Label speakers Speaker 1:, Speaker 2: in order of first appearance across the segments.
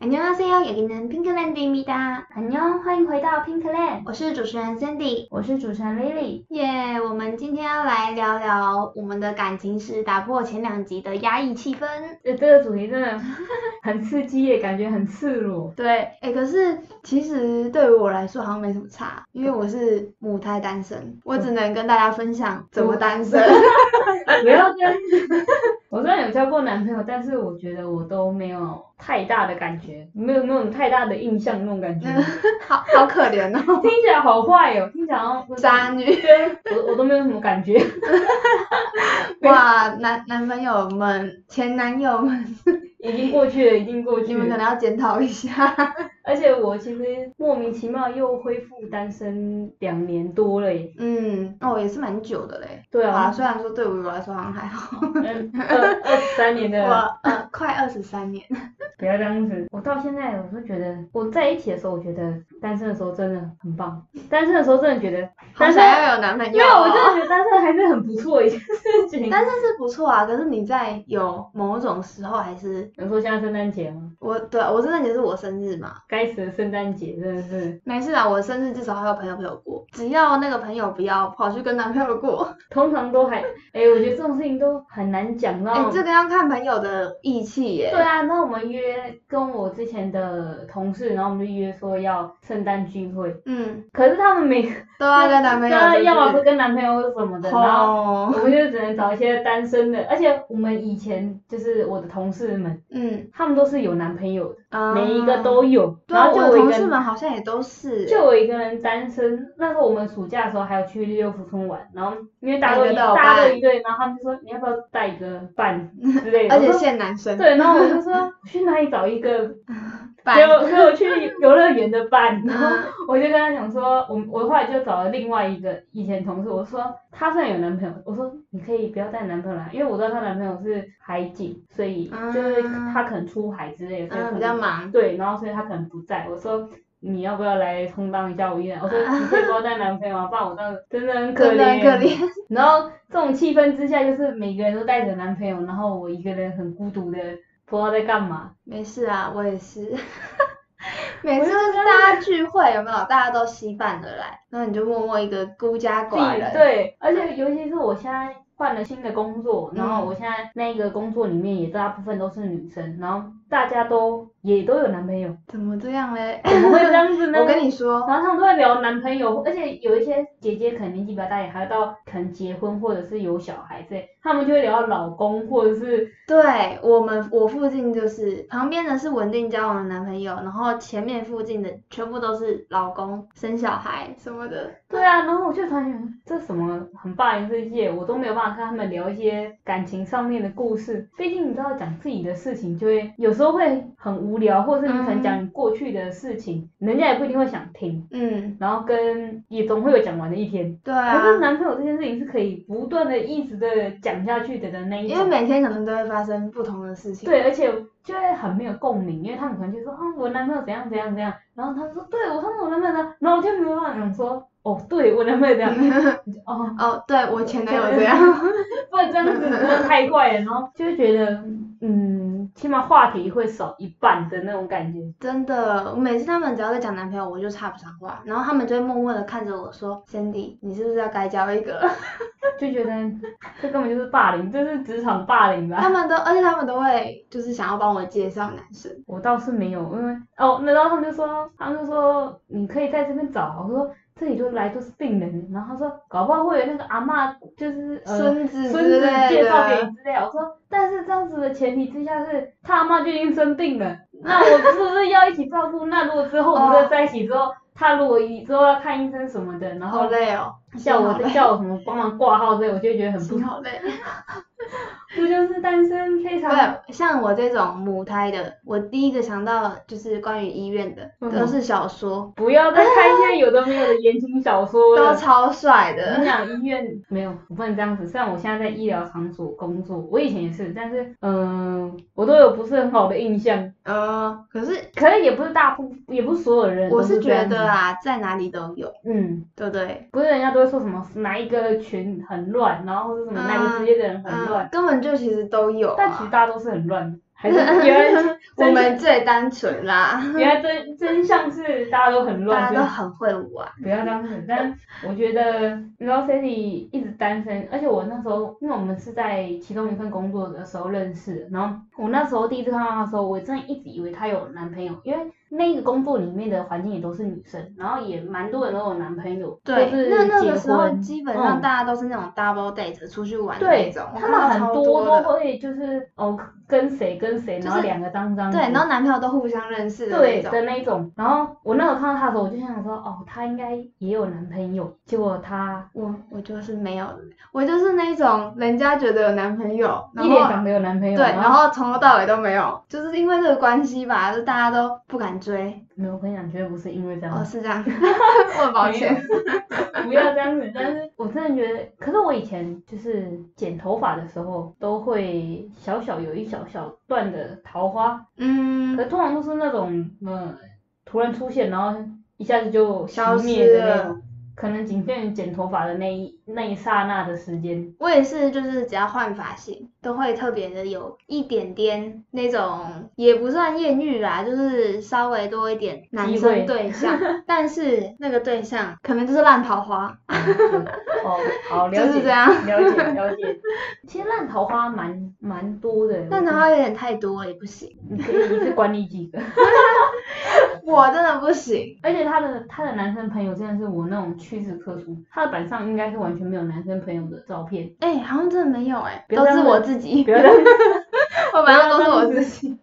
Speaker 1: 也给您 핑클랜드입니다. 안녕，欢迎回到 핑클랜드，我是主持人 Cindy，
Speaker 2: 我是主持人 Lily。
Speaker 1: 耶我们今天要来聊聊我们的感情是打破前两集的压抑气氛。
Speaker 2: 这这个主题真的很刺激耶，感觉很赤裸。
Speaker 1: 对，哎，可是其实对于我来说好像没什么差，因为我是母胎单身，我只能跟大家分享怎么单身。
Speaker 2: 不要这样子。 我虽然有交过男朋友，但是我觉得我都没有太大的感觉，没有没有太大的印象那种感觉。
Speaker 1: 好好可怜哦，
Speaker 2: 听起来好坏哦，听起来好像
Speaker 1: 渣女。
Speaker 2: 对我我都没有什么感觉。
Speaker 1: 哇，男男朋友们、前男友们，
Speaker 2: 已经过去了，已经过
Speaker 1: 你
Speaker 2: 去
Speaker 1: 们可能
Speaker 2: 了。
Speaker 1: 要检讨一下。
Speaker 2: 而且我其实莫名其妙又恢复单身两年多了耶。
Speaker 1: 嗯，哦，也是蛮久的嘞。
Speaker 2: 对
Speaker 1: 对啊，
Speaker 2: 啊，
Speaker 1: 虽然说对我来说好像还好，
Speaker 2: 嗯，二二十三年的。
Speaker 1: 我呃快二十三 年。
Speaker 2: 不要这样子。我到现在，我都觉得我在一起的时候，我觉得单身的时候真的很棒。单身的时候真的觉得，
Speaker 1: 好
Speaker 2: 单身
Speaker 1: 想，要有男朋
Speaker 2: 没
Speaker 1: 友
Speaker 2: 有，
Speaker 1: 哦、
Speaker 2: 我真的觉得单身还是很不错的一件事 情。
Speaker 1: 单身是不错啊，可是你在有某种时候还是
Speaker 2: 比如说像圣诞节吗？
Speaker 1: 我对啊我真的也是我生日嘛，
Speaker 2: 该死的圣诞节，真的是
Speaker 1: 没事啊，我生日至少还有朋友陪我过，只要那个朋友不要跑去跟男朋友过，
Speaker 2: 通常都还，哎、我觉得这种事情都很难讲到。
Speaker 1: 哎、这个要看朋友的义气耶。
Speaker 2: 对啊，那我们约跟我之前的同事，然后我们就约说要圣诞聚会，
Speaker 1: 嗯，
Speaker 2: 可是他们每
Speaker 1: 都要跟男朋友
Speaker 2: 要要么
Speaker 1: 出
Speaker 2: 是啊跟男朋友什么的，
Speaker 1: 去
Speaker 2: 然后
Speaker 1: 哦，
Speaker 2: 我们就只能找一些单身的，而且我们以前就是我的同事们，
Speaker 1: 嗯，
Speaker 2: 他们都是有男朋友的，
Speaker 1: 啊
Speaker 2: 每一个都有，
Speaker 1: 对
Speaker 2: 然
Speaker 1: 啊，
Speaker 2: 后
Speaker 1: 我的
Speaker 2: 就我一
Speaker 1: 同
Speaker 2: 个
Speaker 1: 事
Speaker 2: 人，
Speaker 1: 们好像也都是，
Speaker 2: 就我一个人单身。那时候我们暑假的时候还有去六福村玩，然后因为大家都
Speaker 1: 每
Speaker 2: 一
Speaker 1: 个都有
Speaker 2: 大家都
Speaker 1: 伴
Speaker 2: 一对，然后他们就说你要不要带一个伴之类的，
Speaker 1: 而且
Speaker 2: 我说
Speaker 1: 现男生
Speaker 2: 对，然后我就说去哪里找一 个，
Speaker 1: 版
Speaker 2: 给我给我去 游乐园的伴，然后
Speaker 1: 嗯
Speaker 2: 我就跟他讲说，我我后来就找了另外一个以前同事，我说她虽然有男朋友，我说你可以不要带男朋友来，因为我知道她男朋友是海警，所以就是
Speaker 1: 嗯
Speaker 2: 他可能出海之类的，所以
Speaker 1: 嗯，
Speaker 2: 可能
Speaker 1: 比较忙。
Speaker 2: 对，然后所以他可能不在，我说。你要不要来充当一下我一人？我说你可以不要带男朋友啊，不然我这样子真的很可
Speaker 1: 真的很
Speaker 2: 怜。
Speaker 1: 可怜，
Speaker 2: 然后这种气氛之下，就是每个人都带着男朋友，然后我一个人很孤独的，不知道在干嘛。
Speaker 1: 没事啊，我也是。 每次就是大家聚会有没有？大家都稀饭而来，然后你就默默一个孤家
Speaker 2: 自
Speaker 1: 寡
Speaker 2: 己
Speaker 1: 人。，
Speaker 2: 对，而且尤其是我现在换了新的工作，然后
Speaker 1: 嗯
Speaker 2: 我现在那个工作里面也大部分都是女生，然后大家都也都有男朋友，
Speaker 1: 怎么这样嘞？
Speaker 2: 怎么会这样子 呢？
Speaker 1: 我跟你说，
Speaker 2: 然后他们都会聊男朋友，而且有一些姐姐可能年纪比较大，也还要到可能结婚或者是有小孩之类，他们就会聊到老公或者是
Speaker 1: 对我们我附近就是旁边的是稳定交往的男朋友，然后前面附近的全部都是老公生小孩什么的。
Speaker 2: 对啊，然后我就突然觉得这什么很霸凌世界，我都没有办法跟他们聊一些感情上面的故事。毕竟你知道讲自己的事情，就会有时候会很无聊，或者是你可能讲你过去的事情，人家也不一定会想听。
Speaker 1: 嗯，
Speaker 2: 然后跟也总会有讲完的一天。
Speaker 1: 对
Speaker 2: 可
Speaker 1: 啊，
Speaker 2: 是男朋友这件事情是可以不断的一直的讲下去的的那一
Speaker 1: 因为
Speaker 2: 种。
Speaker 1: 每天可能都会发生不同的事情。
Speaker 2: 对，而且就会很没有共鸣，因为他们可能就说啊，我男朋友怎样怎样怎样，然后他说对我上次我男朋友怎样，然后我就没有办法想说 哦，对我男朋友怎样，哦，
Speaker 1: 哦，对我前男友这 样。
Speaker 2: 不然这样子真的太怪了，然后就会觉得，嗯，起码话题会少一半的那种感觉。
Speaker 1: 真的，我每次他们只要在讲男朋友，我就插不上话，然后他们就会默默的看着我说：“Cindy，你是不是要该交一个 了？”
Speaker 2: 就觉得这根本就是霸凌，这是职场霸凌吧
Speaker 1: 他？们都，而且他们都会就是想要帮我介绍男生，
Speaker 2: 我倒是没有，因为哦，那然后他们就说，他们就说你可以在这边找啊，我说这里就来都是病人，然后他说搞不好会有那个阿嬷，就是
Speaker 1: 嗯
Speaker 2: 呃
Speaker 1: 孙子
Speaker 2: 孙
Speaker 1: 之
Speaker 2: 子
Speaker 1: 类
Speaker 2: 介绍给
Speaker 1: 的。
Speaker 2: 你
Speaker 1: 哦
Speaker 2: 之类的，我说，但是这样子的前提之下是他妈就已经生病了，那我是不是要一起照顾？那如果之后我们
Speaker 1: 哦
Speaker 2: 再在一起之后，他如果以之后要看医生什么的，然
Speaker 1: 好
Speaker 2: 后
Speaker 1: 累哦，
Speaker 2: 叫
Speaker 1: 心
Speaker 2: 我
Speaker 1: 好累
Speaker 2: 叫我什么帮忙挂号之类，我就会觉得很不
Speaker 1: 心，好累。
Speaker 2: 不就是单身非常
Speaker 1: 对，像我这种母胎的，我第一个想到就是关于医院的，
Speaker 2: 嗯
Speaker 1: 都是小说，
Speaker 2: 不要再看一些有的没有的言情小说
Speaker 1: 都
Speaker 2: 了。
Speaker 1: 超帅
Speaker 2: 我跟
Speaker 1: 的。
Speaker 2: 你讲，医院没有不能这样子。虽然我现在在医疗场所工作，我以前也是，但是嗯、我都有不是很好的印象。
Speaker 1: 呃，可是
Speaker 2: 可能也不是大部，也不是所有人。
Speaker 1: 我是觉得，啊，在哪里都有，
Speaker 2: 嗯，
Speaker 1: 对不对？
Speaker 2: 不是人家都会说什么哪一个群很乱，然后是什么
Speaker 1: 嗯
Speaker 2: 哪个职业的人很
Speaker 1: 嗯
Speaker 2: 乱，，
Speaker 1: 根本就其实都有、啊。
Speaker 2: 但其实大家都是很乱。还 是原来
Speaker 1: 我们最单纯啦，
Speaker 2: 原来真真相是大家都很
Speaker 1: 大
Speaker 2: 乱，
Speaker 1: 家都
Speaker 2: 就
Speaker 1: 很会玩。
Speaker 2: 不要当真。但我觉得，你知道 Sandy 一直单身，而且我那时候，因为我们是在其中一份工作的时候认识的，然后我那时候第一次看到她的时候，我真的一直以为她有男朋友，因为那个工作里面的环境也都是女生，然后也蛮多人都有男朋友，或
Speaker 1: 对，
Speaker 2: 是
Speaker 1: 那那
Speaker 2: 结
Speaker 1: 个时候
Speaker 2: 婚
Speaker 1: 基本上
Speaker 2: 嗯
Speaker 1: 大家都是那种 double date 出去玩的
Speaker 2: 对
Speaker 1: 那种，我
Speaker 2: 他
Speaker 1: 看到
Speaker 2: 们很
Speaker 1: 超
Speaker 2: 多
Speaker 1: 的
Speaker 2: 都会就是哦跟谁跟谁，
Speaker 1: 就是
Speaker 2: 然后两个当当
Speaker 1: 对，然
Speaker 2: 然
Speaker 1: 后男朋友都互相认识的
Speaker 2: 对
Speaker 1: 那种。
Speaker 2: 的那种。然后我那时候看到她的时候，我就想说哦，她应该也有男朋友，结果她
Speaker 1: 我我就是没有，我就是那种人家觉得有男朋友，然
Speaker 2: 一脸
Speaker 1: 后
Speaker 2: 长得有男朋友，
Speaker 1: 对，然后从头到尾都没有，就是因为这个关系吧，就大家都不敢追。
Speaker 2: 没有，我跟你讲，绝对不是因为这样
Speaker 1: 哦，，是这 样， 我很抱歉。
Speaker 2: 不要这样子。但是我真的觉得，可是我以前就是剪头发的时候，都会小小有一小小段的桃花，
Speaker 1: 嗯
Speaker 2: 可，是通常都是那种嗯突然出现，然后一下子就
Speaker 1: 消
Speaker 2: 熄灭的
Speaker 1: 失
Speaker 2: 那
Speaker 1: 了
Speaker 2: 种。可能仅限于剪头发的那一那一刹那的 时间，
Speaker 1: 我也是，就是只要换发型，都会特别的有一点点那种，也不算艳遇啦，就是稍微多一点男
Speaker 2: 机会
Speaker 1: 生对 象，但是那个对象可能就是烂桃花，
Speaker 2: 哦，好，了
Speaker 1: 就
Speaker 2: 解，
Speaker 1: 是这样
Speaker 2: 了解了解。其实烂桃花蛮蛮多的，
Speaker 1: 烂桃花有点太多也不行，
Speaker 2: 我觉得你可以一次管理几个，
Speaker 1: 我真的不行。
Speaker 2: 而且他的他的男生朋友真的是我那种屈指可数，他的板上应该是完全没有男生朋友的照片，
Speaker 1: 哎、好像真的没有哎、
Speaker 2: 不要
Speaker 1: 都
Speaker 2: 这
Speaker 1: 是
Speaker 2: 样
Speaker 1: 我自己
Speaker 2: 不，要这样
Speaker 1: 我反正都是
Speaker 2: 不要
Speaker 1: 我
Speaker 2: 这
Speaker 1: 自
Speaker 2: 样子
Speaker 1: 己。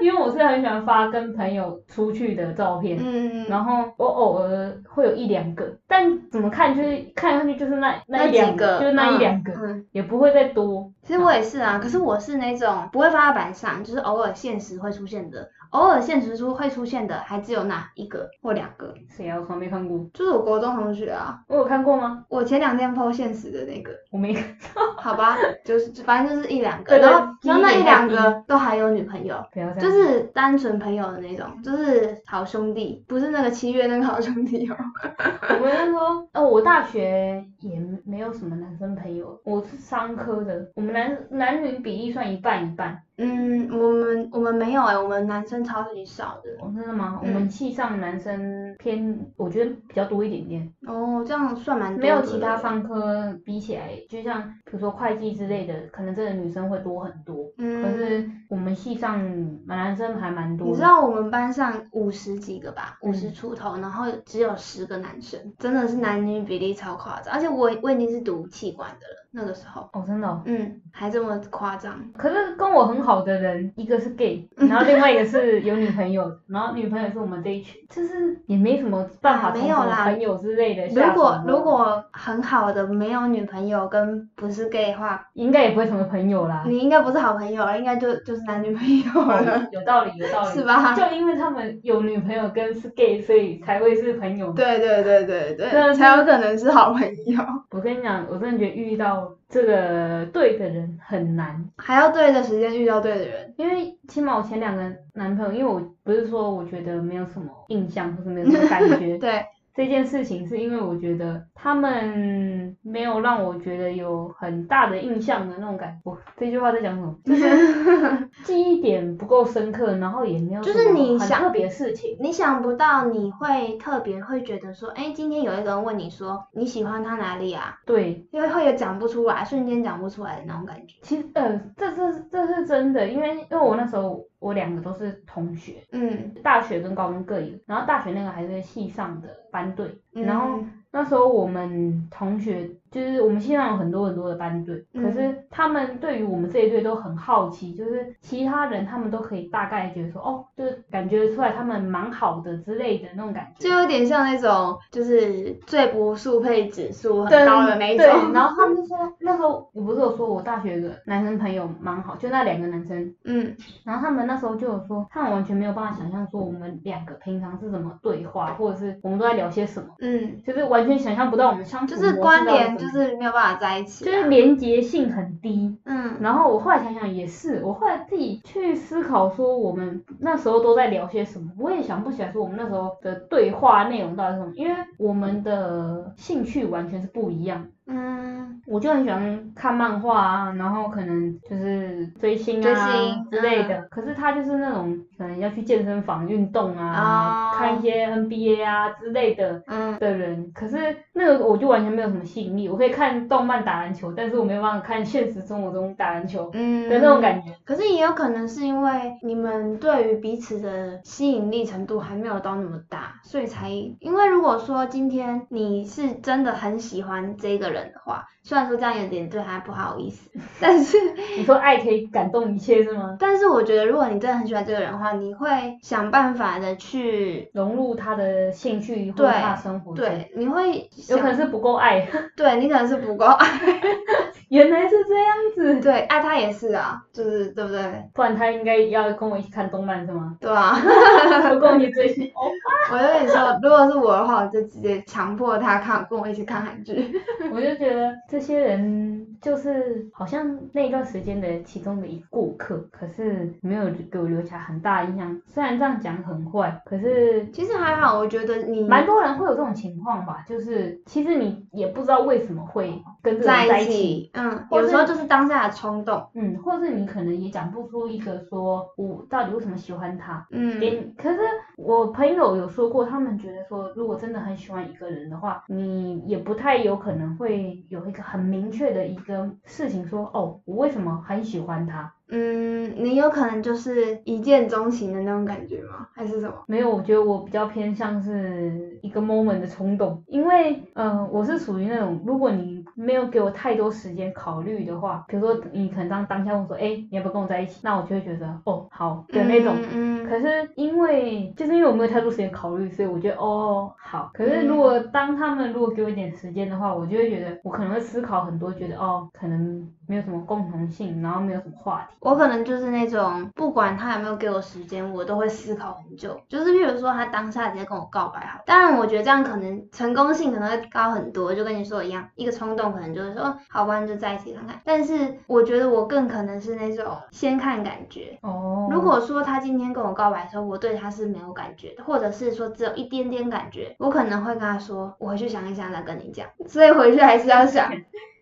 Speaker 2: 因为我是很喜欢发跟朋友出去的照片，
Speaker 1: 嗯，
Speaker 2: 然后我偶尔会有一两个，但怎么看就是看上去就是那
Speaker 1: 那
Speaker 2: 一
Speaker 1: 几
Speaker 2: 两
Speaker 1: 个
Speaker 2: 就是那一
Speaker 1: 嗯
Speaker 2: 两个，
Speaker 1: 嗯，
Speaker 2: 也不会再多。
Speaker 1: 其实我也是啊，可是我是那种不会发到板上，就是偶尔现实会出现的，偶尔现实出会出现的还只有那一个或两个。
Speaker 2: 谁啊？我从来没看过，
Speaker 1: 就是我国中同学啊，
Speaker 2: 我有看过吗？
Speaker 1: 我前两天 PO 现实的那个，
Speaker 2: 我没看。
Speaker 1: 好吧，就是反正就是一两个，
Speaker 2: 对对
Speaker 1: 然后
Speaker 2: 低一
Speaker 1: 然后那
Speaker 2: 点
Speaker 1: 一
Speaker 2: 太
Speaker 1: 两
Speaker 2: 低
Speaker 1: 个都还有女朋友，
Speaker 2: 不要这样。
Speaker 1: 就是单纯朋友的那种，就是好兄弟，不是那个七月那个好兄弟哦。
Speaker 2: 我们那时候，哦，我大学也没有什么男生朋友，我是商科的，我们男男女比例算一半一半。
Speaker 1: 嗯，我们我们没有哎、我们男生超级少的。
Speaker 2: 哦，真的吗？我
Speaker 1: 嗯
Speaker 2: 们系上男生偏，我觉得比较多一点点，
Speaker 1: 哦，这样算蛮多的。
Speaker 2: 没有其他。商科比起来，就像比如说会计之类的，可能真的女生会多很多。可
Speaker 1: 嗯，
Speaker 2: 是我们系上男生还蛮多的。
Speaker 1: 你知道我们班上五十几个吧，
Speaker 2: 嗯
Speaker 1: 五十出头，然后只有十个男生，真的是男女比例超夸张。而且我我已经是读气管的了，那个时候。
Speaker 2: 哦，真的哦、
Speaker 1: 嗯，还这么夸张？
Speaker 2: 可是跟我很好的人，一个是 gay，然后另外一个是有女朋友，然后女朋友是我们这一群，就是也没什么办法
Speaker 1: 啊
Speaker 2: 从
Speaker 1: 没有
Speaker 2: 什么
Speaker 1: 啦
Speaker 2: 朋友之类的
Speaker 1: 如
Speaker 2: 下
Speaker 1: 果
Speaker 2: 手的
Speaker 1: 如果很好的没有女朋友跟不是 gay 的话，
Speaker 2: 应该也不会成为朋友啦。
Speaker 1: 你应该不是好朋友了，应该就就是男女朋友了，
Speaker 2: 哦有道理，有道理
Speaker 1: 是。吧？
Speaker 2: 就因为他们有女朋友跟是 gay，所以才会是朋友。
Speaker 1: 对对对对
Speaker 2: 对
Speaker 1: 对，才有可能是好朋友，
Speaker 2: 我跟你讲，我真的觉得遇到这个对的人很难，
Speaker 1: 还要对的时间遇到对的人。
Speaker 2: 因为起码我前两个男朋友，因为我不是说我觉得没有什么印象或是没有什么感 觉，
Speaker 1: 对，
Speaker 2: 这件事情是因为我觉得他们没有让我觉得有很大的印象的那种感觉。哇这句话在讲 什么？就是记忆点不够深刻，然后也没有
Speaker 1: 就
Speaker 2: 什么
Speaker 1: 是你
Speaker 2: 很
Speaker 1: 想
Speaker 2: 特别的事情。
Speaker 1: 你想不到你会特别会觉得说，哎，今天有一个人问你说你喜欢他哪里啊？
Speaker 2: 对，
Speaker 1: 因为会有讲不出来，瞬间讲不出来的那种感觉。
Speaker 2: 其实呃，这这这是真的，因为因为我那时候我两个都是同学，
Speaker 1: 嗯，
Speaker 2: 大学跟高中各一个，然后大学那个还是系上的班队，
Speaker 1: 嗯
Speaker 2: 然后那时候我们同学就是我们系上有很多很多的班队，
Speaker 1: 嗯
Speaker 2: 可是他们对于我们这一队都很好奇，就是其他人他们都可以大概觉得说，哦，就是感觉出来他们蛮好的之类的那种感
Speaker 1: 就
Speaker 2: 觉。
Speaker 1: 有点像那种就是最不速配指数
Speaker 2: 对
Speaker 1: 很高的那一
Speaker 2: 对，
Speaker 1: 种。
Speaker 2: 然后他们就说，那时候我不是有说我大学有个男生朋友蛮好，就那两个男生，
Speaker 1: 嗯，
Speaker 2: 然后他们那时候就有说，他们完全没有办法想象说我们两个平常是怎么对话，或者是我们都在聊些什么，
Speaker 1: 嗯，
Speaker 2: 就是完全想象不到我们相处
Speaker 1: 就
Speaker 2: 模式
Speaker 1: 是关
Speaker 2: 到底
Speaker 1: 联
Speaker 2: 怎
Speaker 1: 就
Speaker 2: 么
Speaker 1: 是没有办法在一起、啊。
Speaker 2: 就是连结性很低。
Speaker 1: 嗯，
Speaker 2: 然后我后来想想也是，我后来自己去思考说我们那时候都在聊些什么，我也想不起来说我们那时候的对话内容到底是什么，因为我们的兴趣完全是不一样。
Speaker 1: 嗯，
Speaker 2: 我就很喜欢看漫画啊，然后可能就是追星啊
Speaker 1: 追星嗯
Speaker 2: 之类的。可是他就是那种可能要去健身房运动啊，
Speaker 1: 哦
Speaker 2: 看一些 NBA 啊之类的。
Speaker 1: 嗯
Speaker 2: 的人，可是那个我就完全没有什么吸引力。我可以看动漫打篮球，但是我没有办法看现实生活中打篮球的
Speaker 1: 嗯
Speaker 2: 那种感觉。
Speaker 1: 可是也有可能是因为你们对于彼此的吸引力程度还没有到那么大，所以才因为如果说今天你是真的很喜欢这个人的话，虽然说这样有点对他不好意思， 但是
Speaker 2: 你说爱可以感动一切是吗？
Speaker 1: 但是我觉得如果你真的很喜欢这个人的话，你会想办法的去
Speaker 2: 融入他的兴趣或者
Speaker 1: 对
Speaker 2: 他的生活中，
Speaker 1: 对，你会
Speaker 2: 有可
Speaker 1: 想
Speaker 2: 能是不够爱。
Speaker 1: 对你可能是不够爱，
Speaker 2: 原来是这样子，
Speaker 1: 对爱他也是啊，就是对不对？
Speaker 2: 不然他应该要跟我一起看动漫是吗？
Speaker 1: 对啊，
Speaker 2: 不跟我一起追星哦，
Speaker 1: 我就跟你说，如果是我的话，我就直接强迫他看，跟我一起看韩剧。
Speaker 2: 我就觉得这些人就是好像那一段时间的其中的一过客，可是没有给我留下很大的印象。虽然这样讲很坏，可是
Speaker 1: 其实还好，我觉得你
Speaker 2: 蛮多人会有这种情况吧，就是其实你也不知道为什么会跟这个人
Speaker 1: 在
Speaker 2: 在
Speaker 1: 一
Speaker 2: 一起，
Speaker 1: 起，嗯，
Speaker 2: 或
Speaker 1: 有
Speaker 2: 是
Speaker 1: 时候就是当下的冲动，
Speaker 2: 嗯，或是你可能也讲不出一个说我到底为什么喜欢他。给
Speaker 1: 嗯，
Speaker 2: 你，可是我朋友有说过，他们觉得说，如果真的很喜欢一个人的话，你也不太有可能会有一个很明确的一个事情说，哦，我为什么很喜欢他？
Speaker 1: 嗯，你有可能就是一见钟情的那种感觉吗？还是什么？
Speaker 2: 没有，我觉得我比较偏向是一个 moment 的冲动，因为，呃，我是属于那种，如果你没有给我太多时间考虑的话，比如说你可能当当下问我说，哎，你要不要跟我在一起？那我就会觉得，哦，好的那种。
Speaker 1: 嗯，嗯
Speaker 2: 可是因为就是因为我没有太多时间考虑，所以我觉得哦好。可是如果当他们如果给我一点时间的话，我就会觉得我可能会思考很多，觉得哦可能没有什么共同性，然后没有什么话题。
Speaker 1: 我可能就是那种不管他有没有给我时间，我都会思考很久。就是譬如说他当下直接跟我告白好，当然我觉得这样可能成功性可能会高很多，就跟你说的一样，一个冲动可能就是说哦好吧，那就在一起看看。但是我觉得我更可能是那种先看感觉，
Speaker 2: 哦
Speaker 1: 如果说他今天跟我告白的时候，我对他是没有感觉的，或者是说只有一点点感觉，我可能会跟他说，我回去想一想再跟你讲。所以回去还是要想，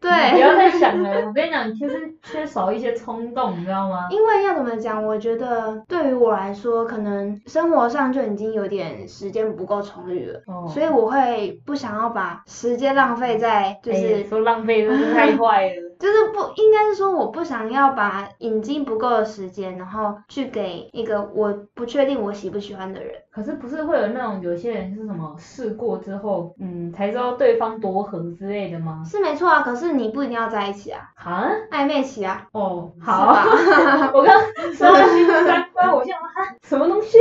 Speaker 2: 不
Speaker 1: 对，
Speaker 2: 要再想了，我跟你讲，你就是缺少一些冲动，你知道吗？
Speaker 1: 因为要怎么讲，我觉得对于我来说，可能生活上就已经有点时间不够充裕了，
Speaker 2: 哦
Speaker 1: 所以我会不想要把时间浪费在就
Speaker 2: 哎
Speaker 1: 是
Speaker 2: 呀说浪费真是太坏 了。
Speaker 1: 就是不应该是说我不想要把引进不够的时间，然后去给一个我不确定我喜不喜欢的人。
Speaker 2: 可是不是会有那种有些人是什么试过之后，嗯，才知道对方多合之类的吗？
Speaker 1: 是没错啊，可是你不一定要在一起啊，
Speaker 2: 啊？
Speaker 1: 暧昧期啊，
Speaker 2: 哦，
Speaker 1: 是
Speaker 2: 好。
Speaker 1: 吧？
Speaker 2: 我刚说到新三观，我想啊，什么东西？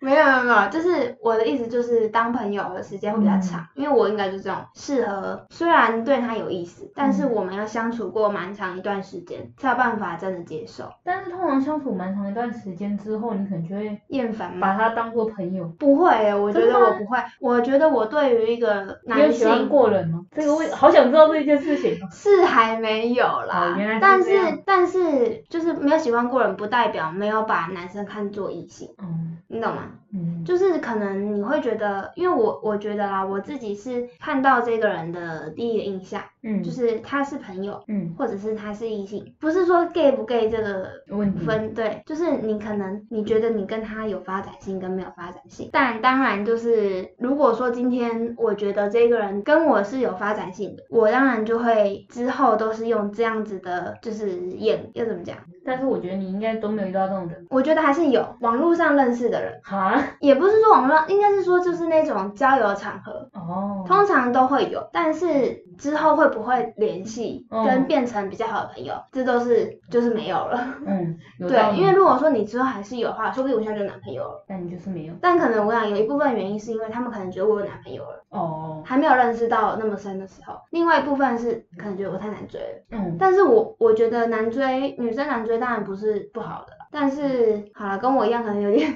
Speaker 1: 没有没有没有，就是我的意思就是当朋友的时间会比
Speaker 2: 嗯
Speaker 1: 较长，因为我应该就是这种适合，虽然对他有意思，但
Speaker 2: 嗯
Speaker 1: 是我们要相处过蛮长一段时间，才有办法真的接受
Speaker 2: 但是通常相处蛮长一段时间之后，你可能就会
Speaker 1: 厌烦吗？
Speaker 2: 把他当做朋友。
Speaker 1: 不会、欸，我觉
Speaker 2: 真
Speaker 1: 得
Speaker 2: 的吗
Speaker 1: 我不会，我觉得我对于一个
Speaker 2: 你有
Speaker 1: 男
Speaker 2: 喜欢
Speaker 1: 性
Speaker 2: 过人吗？这个我好想知道这件事情哦。
Speaker 1: 是还没有
Speaker 2: 哦
Speaker 1: 啦，
Speaker 2: 原来是
Speaker 1: 但
Speaker 2: 这样
Speaker 1: 是但是就是没有喜欢过人，不代表没有把男生看作异性，
Speaker 2: 嗯
Speaker 1: 你懂吗？
Speaker 2: 嗯，
Speaker 1: 就是可能你会觉得，因为我我觉得啦，我自己是看到这个人的第一印象，
Speaker 2: 嗯
Speaker 1: 就是他是朋友，
Speaker 2: 嗯，
Speaker 1: 或者是他是异性，不是说 gay 不 gay 这个
Speaker 2: 问题。
Speaker 1: 分，对，就是你可能你觉得你跟他有发展性跟没有发展性，但当然就是如果说今天我觉得这个人跟我是有发展性的，我当然就会之后都是用这样子的，就是眼要怎么讲？
Speaker 2: 但是我觉得你应该都没有遇到这种人。啊
Speaker 1: 我觉得还是有网络上认识的人。
Speaker 2: 哈？
Speaker 1: 也不是说网络上，应该是说就是那种交友场合，
Speaker 2: 哦。
Speaker 1: 通常都会有，但是之后会不会联系，
Speaker 2: 嗯
Speaker 1: 跟变成比较好的朋友，这都是就是没有了。
Speaker 2: 嗯，有道
Speaker 1: 对，
Speaker 2: 理
Speaker 1: 因为如果说你之后还是有的话，说不定我现在就有男朋友了。
Speaker 2: 但你就是没有。
Speaker 1: 但可能我想有一部分原因是因为他们可能觉得我有男朋友了，
Speaker 2: 哦。
Speaker 1: 还没有认识到那么深的时候；另外一部分是可能觉得我太难追了。
Speaker 2: 嗯。
Speaker 1: 但是我我觉得难追，女生难追当然不是不好的啦，但是好了，跟我一样可能有点，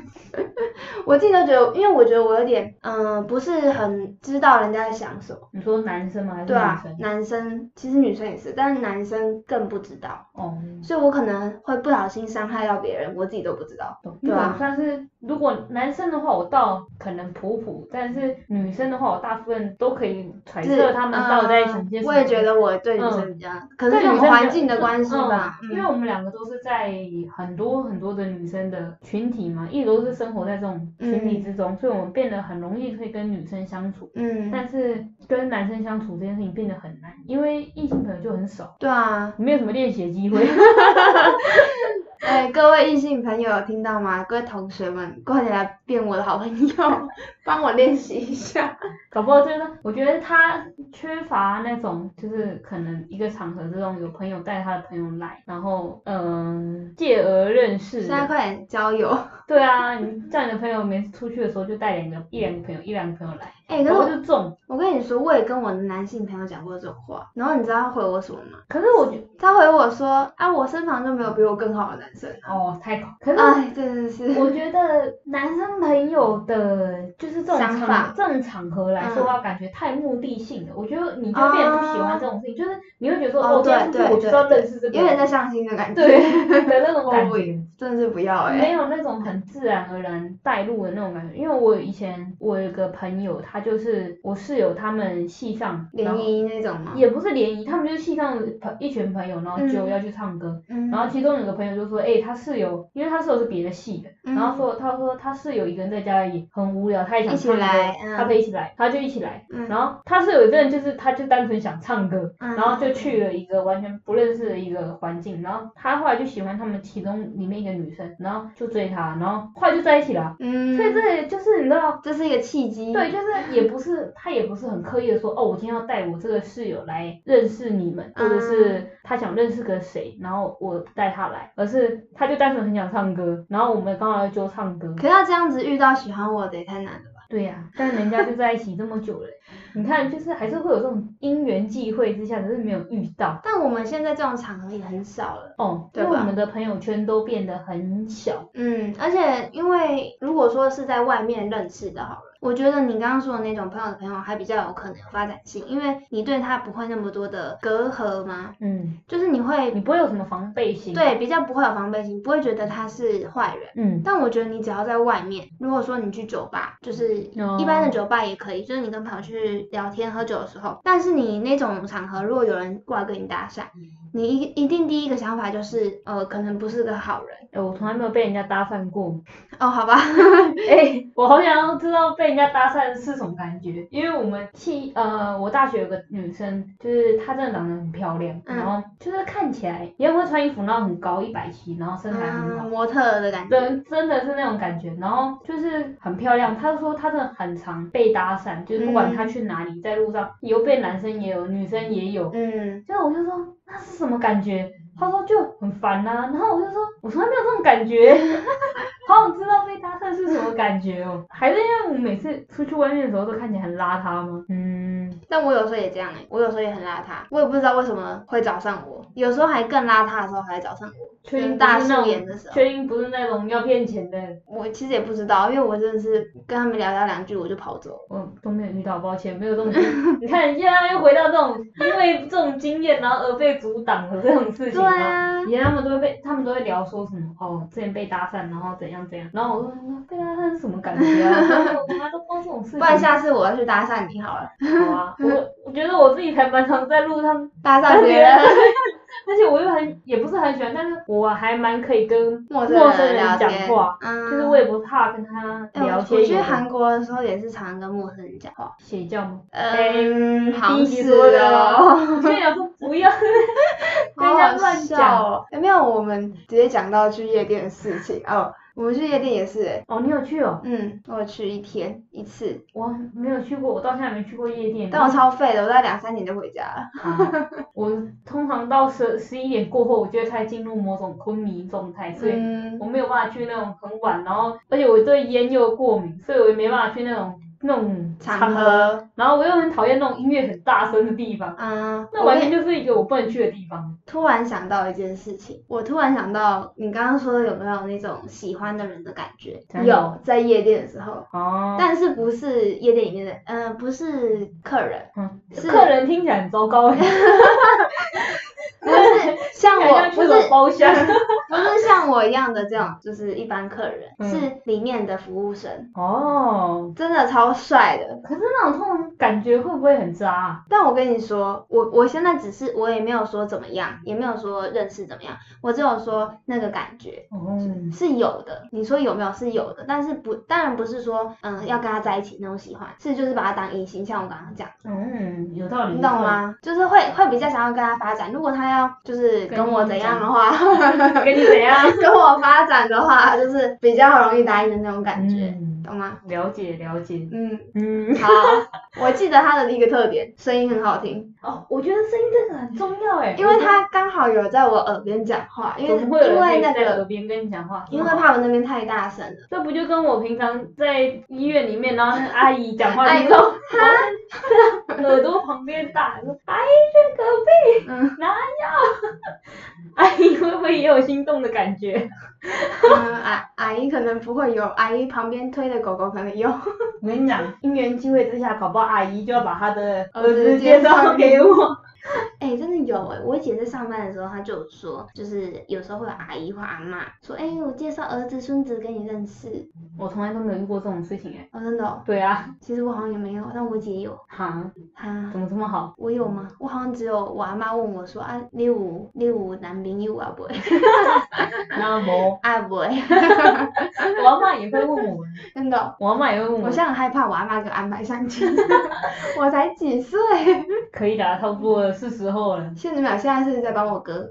Speaker 1: 我自己都觉得，因为我觉得我有点，嗯、不是很知道人家在想什么。
Speaker 2: 你说嗯男生吗？还是
Speaker 1: 对
Speaker 2: 女
Speaker 1: 啊
Speaker 2: 生？，
Speaker 1: 男生其实女生也是，但是男生更不知道，
Speaker 2: 哦，
Speaker 1: 所以我可能会不小心伤害到别人，我自己都不知道。
Speaker 2: 懂
Speaker 1: 对
Speaker 2: 因为
Speaker 1: 啊
Speaker 2: 我算是，如果男生的话，我倒可能普普，但是
Speaker 1: 嗯
Speaker 2: 女生的话，我大部分都可以揣
Speaker 1: 就是
Speaker 2: 测他们到底在想些
Speaker 1: 嗯
Speaker 2: 什么。
Speaker 1: 我也觉得我对女生比较，可能是
Speaker 2: 对
Speaker 1: 我们
Speaker 2: 女生
Speaker 1: 环
Speaker 2: 比
Speaker 1: 境的
Speaker 2: 较
Speaker 1: 关系吧。
Speaker 2: 嗯因为我们两个都是在很多很多的女生的群体嘛，一直都是生活在这种
Speaker 1: 嗯
Speaker 2: 群体之中，所以我们变得很容易会跟女生相处。
Speaker 1: 嗯，嗯
Speaker 2: 但是跟男生相处这件事情变得很难，因为异性朋友就很少，
Speaker 1: 对啊，
Speaker 2: 没有什么练习的机会。
Speaker 1: 哎、各位异性朋友有听到吗？各位同学们，快点来变我的好朋友，帮我练习一下。
Speaker 2: 搞不好就是，我觉得他缺乏那种，就是可能一个场合之中有朋友带他的朋友来，然后嗯、呃借而认识
Speaker 1: 现
Speaker 2: 的。
Speaker 1: 在快点交友。
Speaker 2: 对啊，你叫你的朋友每次出去的时候就带两个一两个朋友一两个朋友来，
Speaker 1: 哎、可
Speaker 2: 然
Speaker 1: 是
Speaker 2: 后
Speaker 1: 我
Speaker 2: 就中。
Speaker 1: 我跟你说，我也跟我的男性朋友讲过这种话，然后你知道他回我什么吗？
Speaker 2: 可是我觉
Speaker 1: 他回我说啊，我身旁就没有比我更好的男生。
Speaker 2: 哦太恐，可是
Speaker 1: 哎，真的是，
Speaker 2: 我觉得男生朋友的，就是这种
Speaker 1: 想法嗯
Speaker 2: 场这种场合来说的话，感觉太目的性了。我觉得你就会变得不喜欢这种事情，就是你会觉得说，
Speaker 1: 啊哦
Speaker 2: 哦，今天出
Speaker 1: 对对
Speaker 2: 去我就是要认识这个
Speaker 1: 有点在
Speaker 2: 人，
Speaker 1: 相亲的感觉。
Speaker 2: 对 的那种感觉。
Speaker 1: 真的是不要哎、
Speaker 2: 没有那种很自然而然带入的那种感觉，因为我以前我有一个朋友，他就是我室友，他们系上然
Speaker 1: 联
Speaker 2: 后
Speaker 1: 谊那种吗？
Speaker 2: 也不是联谊，他们就是系上朋一群朋友，然后就要去唱歌，
Speaker 1: 嗯，
Speaker 2: 然后其中有个朋友就说，哎、他室友，因为他室友是别的系的，
Speaker 1: 嗯
Speaker 2: 然后说他说他室友一个人在家里很无聊，他也想唱
Speaker 1: 一
Speaker 2: 歌
Speaker 1: 起来嗯
Speaker 2: 他可以一起来，他就一起来。
Speaker 1: 嗯
Speaker 2: 然后他室友真的就是，他就单纯想唱歌，
Speaker 1: 嗯
Speaker 2: 然后就去了一个完全不认识的一个环境，然后他后来就喜欢他们其中里面一个女生，然后就追她，然后后来就在一起了。
Speaker 1: 嗯，
Speaker 2: 所以这也就是你知道，
Speaker 1: 这是一个契机。
Speaker 2: 对，就是也不是他也不是很刻意的说，哦，我今天要带我这个室友来认识你们，或者是他想认识个谁，然后我带他来，而是他就单纯很想唱歌，然后我们刚好要揪唱歌。
Speaker 1: 可是要这样子遇到喜欢我的也太难了吧？
Speaker 2: 对呀、但人家就在一起这么久了，你看，就是还是会有这种因缘际会之下，只是没有遇到。
Speaker 1: 但我们现在这种场合也很少了。
Speaker 2: 哦，
Speaker 1: 对
Speaker 2: 因为
Speaker 1: 吧
Speaker 2: 我们的朋友圈都变得很小，
Speaker 1: 嗯，而且因为如果说是在外面认识的好了，我觉得你刚刚说的那种朋友的朋友还比较有可能有发展性，因为你对他不会那么多的隔阂嘛，
Speaker 2: 嗯，
Speaker 1: 就是你会
Speaker 2: 你不会有什么防备心。，
Speaker 1: 对比较不会有防备心，不会觉得他是坏人。
Speaker 2: 嗯，
Speaker 1: 但我觉得你只要在外面，如果说你去酒吧，就是一般的
Speaker 2: 哦
Speaker 1: 酒吧也可以，就是你跟朋友去聊天喝酒的时候，但是你那种场合，如果有人过来跟你搭讪，
Speaker 2: 嗯
Speaker 1: 你一一定第一个想法就是，呃，可能不是个好人
Speaker 2: 哎、我从来没有被人家搭讪过。
Speaker 1: 哦，好吧，
Speaker 2: 哎、我好想要知道被人家搭讪是什么感觉，因为我们系呃，我大学有个女生，就是她真的长得很漂亮，
Speaker 1: 嗯
Speaker 2: 然后就是看起来也很会穿衣服，然后很高一百七，然后身材很好
Speaker 1: 嗯，。模特儿的感觉，
Speaker 2: 人真的是那种感觉，然后就是很漂亮。她说她真的很常被搭讪，就是
Speaker 1: 嗯
Speaker 2: 不管她去哪里，在路上有被男生也有，女生也有。
Speaker 1: 嗯，
Speaker 2: 就是我就说那是什么感觉？她说就很烦呐、然后我就说我从来没有这种感觉， 好想知道被搭讪是什么感觉哦。还是因为我每次出去外面的时候都看起来很邋遢吗？嗯，
Speaker 1: 但我有时候也这样哎、我有时候也很邋遢，我也不知道为什么会找上我，有时候还更邋遢的时候还会找上我，
Speaker 2: 确定不
Speaker 1: 大
Speaker 2: 是那
Speaker 1: 素
Speaker 2: 种，
Speaker 1: 颜的时候，
Speaker 2: 确定不是那种要骗钱的，
Speaker 1: 我其实也不知道，因为我真的是跟他们聊聊两句我就跑走了。
Speaker 2: 我都没有遇到，抱歉，没有这种 经。你看，现在又回到这种因为这种经验，然后而被阻挡的这种事情
Speaker 1: 对
Speaker 2: 啊。
Speaker 1: 啊，
Speaker 2: 以前他们都会被，他们都会聊说什么哦，之前被搭讪，然后怎样怎样，然后我说那被搭讪是什么感觉啊？ 然后我从来都不知道这种事情。
Speaker 1: 不然下次我要去搭讪你好了，
Speaker 2: 好啊，我我觉得我自己还蛮常在路上，
Speaker 1: 搭讪别 人。
Speaker 2: 而且我又很也不是很喜欢，但是我还蛮可以跟
Speaker 1: 陌
Speaker 2: 陌
Speaker 1: 生人
Speaker 2: 生
Speaker 1: 聊
Speaker 2: 人讲
Speaker 1: 天
Speaker 2: 话，
Speaker 1: 嗯，
Speaker 2: 就是我也不怕跟他
Speaker 1: 哎我
Speaker 2: 聊
Speaker 1: 我
Speaker 2: 些
Speaker 1: 去
Speaker 2: 有
Speaker 1: 韩
Speaker 2: 的
Speaker 1: 国的时候也是常跟陌生人讲话。
Speaker 2: 邪教吗？
Speaker 1: 嗯，
Speaker 2: 哎
Speaker 1: 好
Speaker 2: 第
Speaker 1: 像
Speaker 2: 一集
Speaker 1: 是
Speaker 2: 说的
Speaker 1: 哦，
Speaker 2: 我就想说 不要跟人家
Speaker 1: 好好
Speaker 2: 乱
Speaker 1: 笑
Speaker 2: 讲。
Speaker 1: 哦。哎，没有，我们直接讲到去夜店的事情哦。我们去夜店也是哎，
Speaker 2: 哦，你有去哦？
Speaker 1: 嗯，我去一天一次，
Speaker 2: 我没有去过，我到现在没去过夜店。
Speaker 1: 但我超废的，我大概两三点就回家了。
Speaker 2: 啊 我通常到十十一点过后，我就会开始进入某种昏迷状态，所以
Speaker 1: 嗯
Speaker 2: 我没有办法去那种很晚，然后而且我对烟又过敏，所以我也没办法去那种那种
Speaker 1: 场
Speaker 2: 场
Speaker 1: 合
Speaker 2: 合，然后我又很讨厌那种音乐很大声的地方，
Speaker 1: 嗯，
Speaker 2: 那
Speaker 1: 我
Speaker 2: 完
Speaker 1: 也
Speaker 2: 全就是一个我不能去的地方。
Speaker 1: 突然想到一件事情，我突然想到你刚刚说有没有那种喜欢的人的感觉
Speaker 2: 真？的
Speaker 1: 有，在夜店的时候，
Speaker 2: 哦
Speaker 1: 但是不是夜店里面的，嗯、不是客 人，
Speaker 2: 嗯，
Speaker 1: 是
Speaker 2: 客人听起来很 糟糕，欸
Speaker 1: 不是像我，
Speaker 2: 感觉
Speaker 1: 不
Speaker 2: 去
Speaker 1: 是
Speaker 2: 什么包厢。
Speaker 1: 不是像我一样的这种，就是一般客人，
Speaker 2: 嗯
Speaker 1: 是里面的服务生，
Speaker 2: 哦，
Speaker 1: 真的超帅的。
Speaker 2: 可是那种通常感觉会不会很渣、啊？
Speaker 1: 但我跟你说，我我现在只是我也没有说怎么样，也没有说认识怎么样，我只有说那个感觉，
Speaker 2: 哦，
Speaker 1: 是有的，你说有没有是有的，但是不，当然不是说嗯要跟他在一起那种喜欢，是就是把他当隐形，像我刚刚讲，
Speaker 2: 嗯，有道理，
Speaker 1: 你懂？吗？
Speaker 2: 嗯
Speaker 1: 就是会会比较想要跟他发展。如果他要就是
Speaker 2: 跟
Speaker 1: 跟我
Speaker 2: 你
Speaker 1: 怎
Speaker 2: 讲
Speaker 1: 样的话，
Speaker 2: 跟你怎样？
Speaker 1: 跟我发展的话，就是比较容易答应的那种感觉，
Speaker 2: 嗯，
Speaker 1: 懂吗？
Speaker 2: 了解了解。
Speaker 1: 嗯，
Speaker 2: 嗯，
Speaker 1: 好，我记得他的一个特点，声音很好听，
Speaker 2: 哦，我觉得声音真的很重要哎，
Speaker 1: 因为他刚好有在我耳边讲话，因为
Speaker 2: 怎么会有
Speaker 1: 因
Speaker 2: 人
Speaker 1: 为
Speaker 2: 会
Speaker 1: 那
Speaker 2: 在耳
Speaker 1: 个
Speaker 2: 边跟你讲话？
Speaker 1: 因为怕我那边太大声 了，
Speaker 2: 这不就跟我平常在医院里面，然后那个阿姨讲话，
Speaker 1: 哎
Speaker 2: 你知道，我在 耳朵旁边大说：“阿姨，这隔壁、
Speaker 1: 嗯
Speaker 2: 哪有？” 阿姨会不会也有心动的感觉？
Speaker 1: 嗯，阿阿姨可能不会有，阿姨旁边推的狗狗可能有。
Speaker 2: 我跟你讲，因缘际会之下，搞不好阿姨就要把她的
Speaker 1: 儿
Speaker 2: 儿
Speaker 1: 子
Speaker 2: 子介绍给我。
Speaker 1: 哎、真的有哎、我姐在上班的时候，她就有说，就是有时候会有阿姨或阿嬷说，哎、我介绍儿子孙子给你认识。
Speaker 2: 我从来都没有遇过这种事情哎。
Speaker 1: 哦，真的、哦，
Speaker 2: 对啊，
Speaker 1: 其实我好像也没有，但我姐有。
Speaker 2: 哈，
Speaker 1: 哈，
Speaker 2: 怎么这么好？
Speaker 1: 我有吗？我好像只有我阿妈问我说，啊，你有你有男朋友啊不？
Speaker 2: 那么
Speaker 1: 啊不，
Speaker 2: 我阿妈也会问我，
Speaker 1: 真的哦、
Speaker 2: 我阿妈也会问
Speaker 1: 我
Speaker 2: 我
Speaker 1: 现。在很害怕我阿妈给我安排相亲， 我才几岁？
Speaker 2: 可以的啊，差不多了，是时候了。
Speaker 1: 谢子淼现在是在帮我哥，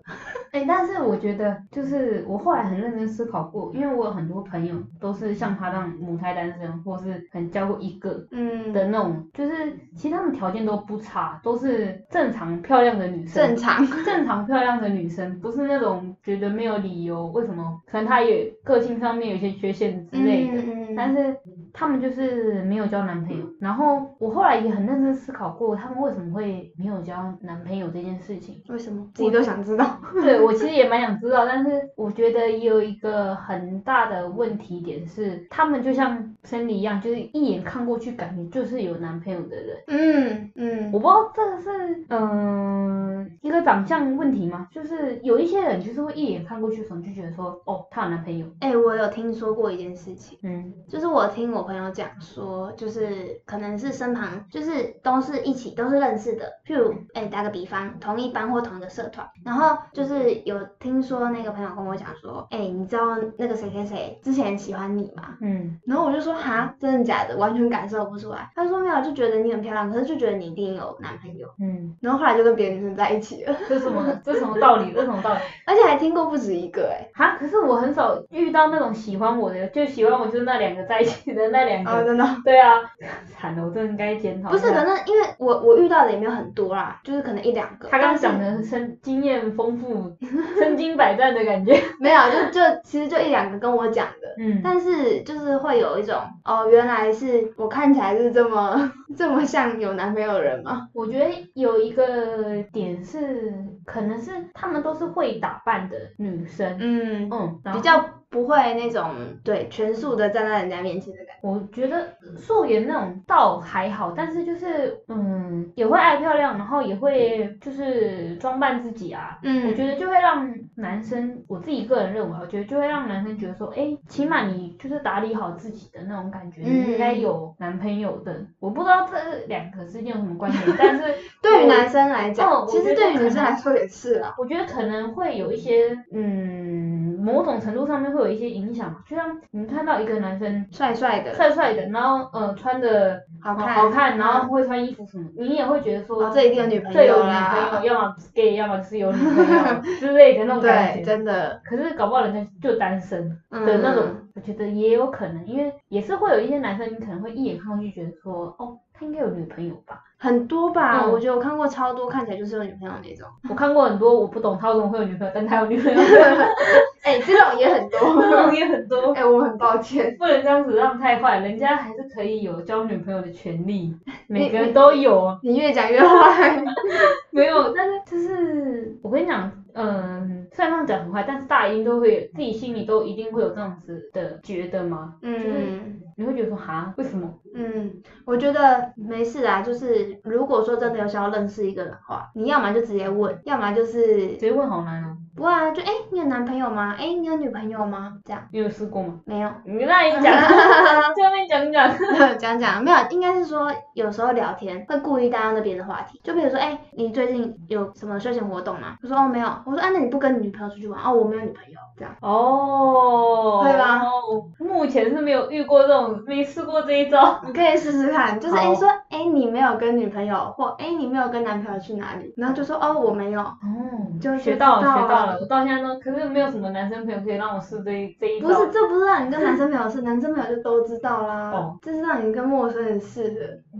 Speaker 2: 哎、但是我觉得，就是我后来很认真思考过，因为我有很多朋友都是像他这样母胎单身，或是可能交过一个
Speaker 1: 嗯，
Speaker 2: 的那种，就是其实他们条件都不差，都是正常漂亮的女
Speaker 1: 正
Speaker 2: 生。
Speaker 1: 常，
Speaker 2: 正常漂亮的女生，不是那种觉得没有理由，为什么？可能她也个性上面有一些缺陷之类的，
Speaker 1: 嗯
Speaker 2: 但是他们就是没有交男朋友。然后我后来也很认真思考过，他们为什么会没有交男朋友这件事情。
Speaker 1: 为什么自己都想知道？
Speaker 2: 对我其实也蛮想知道，但是我觉得也有一个很大的问题点是，他们就像生理一样，就是一眼看过去感觉就是有男朋友的人。
Speaker 1: 嗯嗯
Speaker 2: 我不知道这个是嗯、一个长相问题吗？就是有一些人就是会一眼看过去，可能就觉得说哦，她有男朋友。
Speaker 1: 哎、我有听说过一件事情，
Speaker 2: 嗯
Speaker 1: 就是我听我朋友讲说，就是可能是身旁就是都是一起都是认识的，譬如哎、打个比方，同一班或同一个社团，然后就是有听说那个朋友跟我讲说，哎、你知道那个谁谁谁之前喜欢你吗？
Speaker 2: 嗯，
Speaker 1: 然后我就说哈，真的假的？完全感受不出来。他说没有，就觉得你很漂亮，可是就觉得你一定有男朋友。
Speaker 2: 嗯，
Speaker 1: 然后后来就跟别的女生在一起了，
Speaker 2: 这什么这什么道理？这什么道理？
Speaker 1: 而且还听过不止一个哎、
Speaker 2: 哈，可是我很少遇到那种喜欢我的，就喜欢我就是那两个在一起的那两个。
Speaker 1: 哦，真的。
Speaker 2: 对啊，惨了，我真的应该检讨一
Speaker 1: 不
Speaker 2: 下。
Speaker 1: 是，可能因为我我遇到的也没有很多啦，就是可能一两个。
Speaker 2: 他
Speaker 1: 但
Speaker 2: 刚刚
Speaker 1: 是
Speaker 2: 讲的身经验丰富， 身经百战的感觉。
Speaker 1: 没有，就就其实就一两个跟我讲的，
Speaker 2: 嗯，
Speaker 1: 但是就是会有一种哦，原来是我看起来是这么 这么像有男朋友的人吗？
Speaker 2: 我觉得有一个点是，可能是他们都是会打扮的女生。
Speaker 1: 嗯，
Speaker 2: 嗯，然后
Speaker 1: 比较不会那种对全速的站在人家面前的感觉。
Speaker 2: 我觉得素颜那种倒还好，但是就是嗯，也会爱漂亮，然后也会就是装扮自己啊，我
Speaker 1: 嗯
Speaker 2: 觉得就会让男生，我自己个人认为啊，我觉得就会让男生觉得说，哎，起码你就是打理好自己的那种感觉，你
Speaker 1: 嗯
Speaker 2: 应该有男朋友的。我不知道这两个之间有什么关联， 但是
Speaker 1: 对于
Speaker 2: 我
Speaker 1: 男生来
Speaker 2: 哦
Speaker 1: 讲，
Speaker 2: 我
Speaker 1: 其
Speaker 2: 觉
Speaker 1: 实
Speaker 2: 得
Speaker 1: 对于
Speaker 2: 可
Speaker 1: 女生
Speaker 2: 能
Speaker 1: 来说也是啦。
Speaker 2: 我觉得可能会有一些，嗯，某种程度上面会有一些影响。就像你看到一个男生
Speaker 1: 帅帅的，
Speaker 2: 帅帅的，然后呃穿的
Speaker 1: 好看，
Speaker 2: 好看，然
Speaker 1: 嗯
Speaker 2: 后会穿衣服什么，你也会觉得说，
Speaker 1: 哦，这一定有女朋
Speaker 2: 这有
Speaker 1: 友
Speaker 2: 女朋
Speaker 1: 啦
Speaker 2: 友，。要么是 gay，要么就是有女朋友之类的那种感
Speaker 1: 对，
Speaker 2: 觉。
Speaker 1: 真的
Speaker 2: 可是搞不好人家就单身的
Speaker 1: 嗯
Speaker 2: 那种，我觉得也有可能，因为也是会有一些男生，你可能会一眼看过去觉得说，哦，他应该有女朋友 吧？
Speaker 1: 很多吧，
Speaker 2: 嗯
Speaker 1: 我觉得我看过超多，看起来就是有女朋友那种。
Speaker 2: 我看过很多，我不懂他为什么会有女朋友，但他有 女朋友，
Speaker 1: 哎、这种也很
Speaker 2: 这
Speaker 1: 多。
Speaker 2: 种也很多。
Speaker 1: 哎、我很抱歉。
Speaker 2: 不能这样子让太坏，人家还是可以有交女朋友的权利，每个人都有啊。
Speaker 1: 你越讲越 坏。
Speaker 2: 没有，但是就是我跟你讲，嗯，虽然这样讲很坏，但是大家一定都会自己心里都一定会有这样子的觉得嘛，
Speaker 1: 嗯
Speaker 2: 你会觉得说哈，为什么？
Speaker 1: 嗯，我觉得没事啦，就是如果说真的有想要认识一个人的话，你要么就直接问，要么就是
Speaker 2: 直接问好难哦，
Speaker 1: 不会啊，就哎、你有男朋友吗？哎、你有女朋友吗？这样
Speaker 2: 你有试过吗？
Speaker 1: 没有。
Speaker 2: 你那你讲，在那边讲讲，
Speaker 1: 讲讲没有，应该是说有时候聊天会故意搭那边的话题，就比如说，哎、你最近有什么休闲活动吗？我说哦没有，我说啊那你不跟你女朋友出去玩？哦我没有女朋友，这样
Speaker 2: 哦，
Speaker 1: 会吧
Speaker 2: 哦？目前是没有遇过这种，没试过这一招。
Speaker 1: 你可以试试看，就是哎、
Speaker 2: 好
Speaker 1: 说哎、你没有跟女朋友或哎、你没有跟男朋友去哪里，然后就说哦我没有，
Speaker 2: 哦
Speaker 1: 就
Speaker 2: 学到了，
Speaker 1: 就知道
Speaker 2: 学到
Speaker 1: 了
Speaker 2: 了。我到现在都，可是没有什么男生朋友可以让我试这一这一招。
Speaker 1: 不是，这不是让你跟男生朋友试，男生朋友就都知道啦，
Speaker 2: 哦
Speaker 1: 这是让你跟陌生人试的，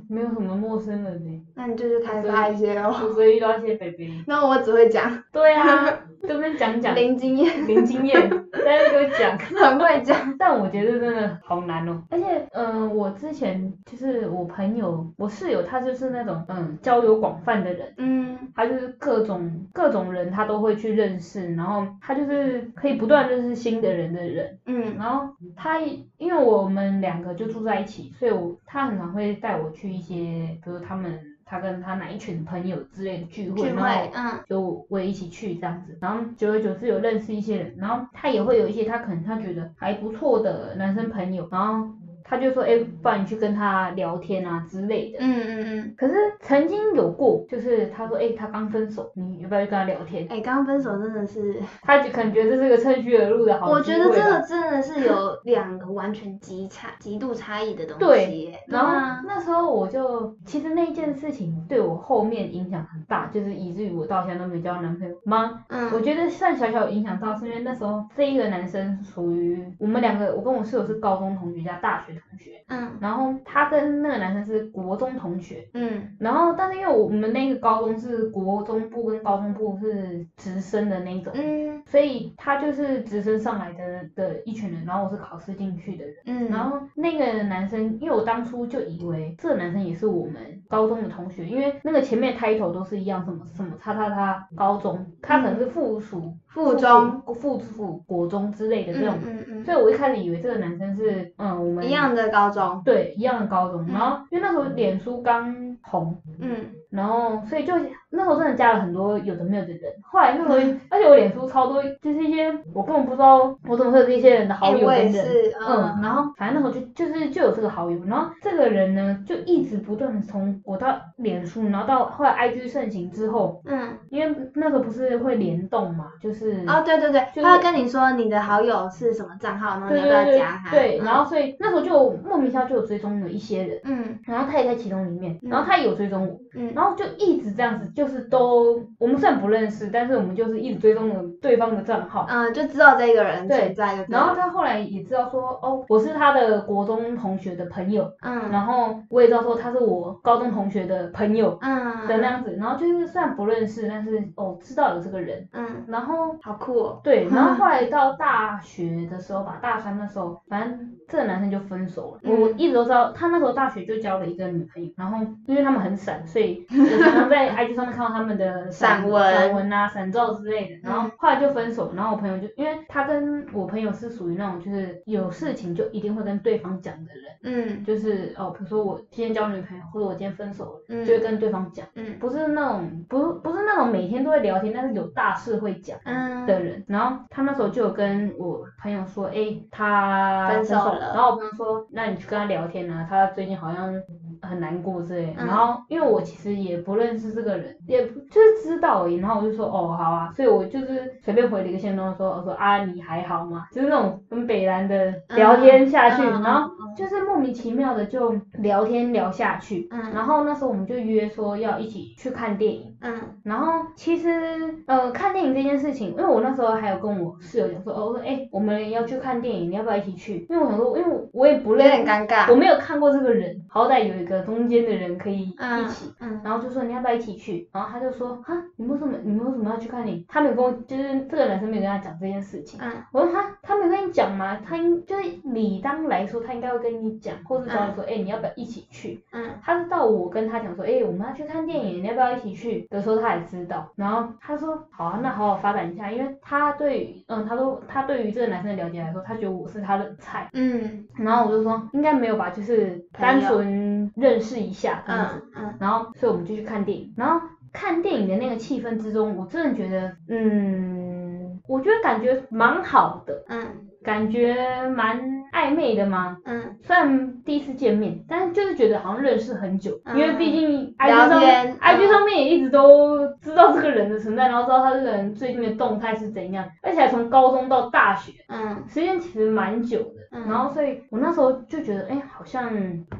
Speaker 2: 没有什么陌生人呢、
Speaker 1: 那你就去开发一些哦。
Speaker 2: 我只会遇到一些 baby。
Speaker 1: 那我只会讲
Speaker 2: 对啊，这边 讲讲
Speaker 1: 零经验，
Speaker 2: 零经验，在那给我讲。
Speaker 1: 很会讲，
Speaker 2: 但我觉得真的好难哦。而且，嗯、我之前就是我朋友，我室友，他就是那种嗯交友广泛的人。
Speaker 1: 嗯
Speaker 2: 他就是各种各种人，他都会去认识，然后他就是可以不断认识新的人的人。
Speaker 1: 嗯
Speaker 2: 然后他因为我们两个就住在一起，所以我他很常会带我去一些，比如他们他跟他哪一群朋友之类的聚会，
Speaker 1: 聚
Speaker 2: 然后
Speaker 1: 会，嗯
Speaker 2: 就我也一起去这样子，然后久而久之有认识一些人，然后他也会有一些他可能他觉得还不错的男生朋友，然后他就说，哎、不然你去跟他聊天啊之类的。
Speaker 1: 嗯嗯嗯。
Speaker 2: 可是曾经有过，就是他说，哎、他刚分手，你要不要去跟他聊天？
Speaker 1: 哎、刚分手真的是，
Speaker 2: 他就可能觉得这是个趁虚而入的好
Speaker 1: 我
Speaker 2: 机
Speaker 1: 觉
Speaker 2: 会啊
Speaker 1: 得
Speaker 2: 吧。
Speaker 1: 这个真的是有两个完全极差、极度差异的东
Speaker 2: 对
Speaker 1: 西耶。
Speaker 2: 然
Speaker 1: 啊
Speaker 2: 后那时候我就，其实那件事情对我后面影响很大，就是以至于我到现在都没交男朋友吗？我
Speaker 1: 嗯
Speaker 2: 觉得算小小有影响到，是因为那时候这一个男生属于我们两个，我跟我室友是高中同学加大学同学，
Speaker 1: 嗯
Speaker 2: 然后他跟那个男生是国中同学，
Speaker 1: 嗯
Speaker 2: 然后但是因为我们那个高中是国中部跟高中部是直升的那种，
Speaker 1: 嗯
Speaker 2: 所以他就是直升上来的的一群人，然后我是考试进去的人，
Speaker 1: 嗯，
Speaker 2: 然后那个男生，因为我当初就以为这个男生也是我们高中的同学，因为那个前面的 title 都是一样，什么什么叉叉叉高中，他可能是附属
Speaker 1: 嗯附中、
Speaker 2: 附属国中之类的这种，
Speaker 1: 嗯嗯
Speaker 2: 所以我一开始以为这个男生是嗯我
Speaker 1: 嗯，
Speaker 2: 们
Speaker 1: 一样的高中，
Speaker 2: 对一样的高中，
Speaker 1: 嗯
Speaker 2: 然后因为那时候脸书刚红。
Speaker 1: 嗯
Speaker 2: 然后，所以就那时候真的加了很多有的没有的人。后来那时候，而且我脸书超多，就是一些我根本不知道我怎么会有这些人的好
Speaker 1: 哎
Speaker 2: 友
Speaker 1: 我
Speaker 2: 跟
Speaker 1: 也
Speaker 2: 人。
Speaker 1: 是，
Speaker 2: 嗯，
Speaker 1: 嗯
Speaker 2: 然后反正那时候就就是就有这个好友，然后这个人呢就一直不断的从我到脸书，然后到后来 IG 盛行之后，
Speaker 1: 嗯，
Speaker 2: 因为那个不是会联动嘛，就是、
Speaker 1: 哦对对对，
Speaker 2: 嗯就是
Speaker 1: 他会跟你说你的好友是什么账号，然后你要
Speaker 2: 对
Speaker 1: 不要
Speaker 2: 对对
Speaker 1: 加他？
Speaker 2: 对，
Speaker 1: 嗯
Speaker 2: 然后所以那时候就莫名其妙就有追踪了一些人，
Speaker 1: 嗯
Speaker 2: 然后他也在其中里面，
Speaker 1: 嗯
Speaker 2: 然后他也有追踪我，
Speaker 1: 嗯，
Speaker 2: 然后就一直这样子，就是都我们虽然不认识，但是我们就是一直追踪了对方的账号。
Speaker 1: 嗯就知道这个人
Speaker 2: 对
Speaker 1: 存在就对了，
Speaker 2: 然后他后来也知道说，哦，我是他的国中同学的朋友，
Speaker 1: 嗯
Speaker 2: 然后我也知道说他是我高中同学的朋友
Speaker 1: 嗯
Speaker 2: 的那样子，然后就是虽然不认识，但是哦知道有这个人，
Speaker 1: 嗯，
Speaker 2: 然后
Speaker 1: 好酷哦，
Speaker 2: 对，然后后来到大学的时候吧，大三的时候，反正这个男生就分手了。我
Speaker 1: 嗯
Speaker 2: 我一直都知道，他那时候大学就交了一个女朋友，然后因为他们很散，所以我常常在 IG 上面看到他们的
Speaker 1: 散文嗯
Speaker 2: 散文啊、散照之类的。然后后来就分手，然后我朋友就因为他跟我朋友是属于那种就是有事情就一定会跟对方讲的人。
Speaker 1: 嗯
Speaker 2: 就是哦，比如说我今天交女朋友，或者我今天分手了，
Speaker 1: 嗯
Speaker 2: 就会跟对方讲，
Speaker 1: 嗯
Speaker 2: 不是那种不是不是那种每天都会聊天，但是有大事会讲
Speaker 1: 嗯
Speaker 2: 的人。然后他那时候就有跟我朋友说，哎，他
Speaker 1: 分手
Speaker 2: 手
Speaker 1: 了
Speaker 2: 然后我朋友说，那你去跟他聊天啊，他最近好像很难过之类的。
Speaker 1: 嗯
Speaker 2: 然后因为我其实也不认识这个人，也不就是知道而已。然后我就说，哦，好啊。所以我就是随便回了一个线动说，我说啊，你还好吗？就是那种很北蓝的聊天下去，
Speaker 1: 嗯嗯
Speaker 2: 然后。就是莫名其妙的就聊天聊下去，
Speaker 1: 嗯
Speaker 2: 然后那时候我们就约说要一起去看电影，
Speaker 1: 嗯
Speaker 2: 然后其实呃，看电影这件事情，因为我那时候还有跟我室友讲说，哦，我说哎、我们要去看电影，你要不要一起去？因为我想说，因为我也不
Speaker 1: 有点
Speaker 2: 认，
Speaker 1: 尴尬。
Speaker 2: 我没有看过这个人，好歹有一个中间的人可以一
Speaker 1: 嗯
Speaker 2: 起。
Speaker 1: 嗯
Speaker 2: 然后就说你要不要一起去？然后他就说啊，你们为什么你们为什么要去看电影？他没有跟我，就是这个男生没有跟他讲这件事情。
Speaker 1: 嗯
Speaker 2: 我说他他没跟你讲吗？他应就是理当来说，他应该会跟你讲，或是找你说，哎、你要不要一起去？
Speaker 1: 嗯
Speaker 2: 他是到我跟他讲说，哎、我们要去看电影，你要不要一起去的时候，他才知道。然后他说，好啊，那好好发展一下，因为他对于，嗯，他说他对于这个男生的了解来说，他觉得我是他的菜。
Speaker 1: 嗯
Speaker 2: 然后我就说，应该没有吧，就是单
Speaker 1: 朋友
Speaker 2: 纯认识一下这样子。
Speaker 1: 嗯嗯
Speaker 2: 然后所以我们就去看电影，然后看电影的那个气氛之中，我真的觉得，嗯，我觉得感觉蛮好的，
Speaker 1: 嗯
Speaker 2: 感觉蛮暧昧的嘛。
Speaker 1: 嗯，
Speaker 2: 虽然第一次见面，但是就是觉得好像认识很久，因为毕竟
Speaker 1: 嗯
Speaker 2: I
Speaker 1: 聊
Speaker 2: G 上
Speaker 1: 天
Speaker 2: 面
Speaker 1: 嗯
Speaker 2: I G 上面也一直都知道这个人的存在，然后知道他这个人最近的动态是怎样，而且还从高中到大学，
Speaker 1: 嗯
Speaker 2: 时间其实蛮久的。
Speaker 1: 嗯，
Speaker 2: 然后，所以我那时候就觉得，哎、好像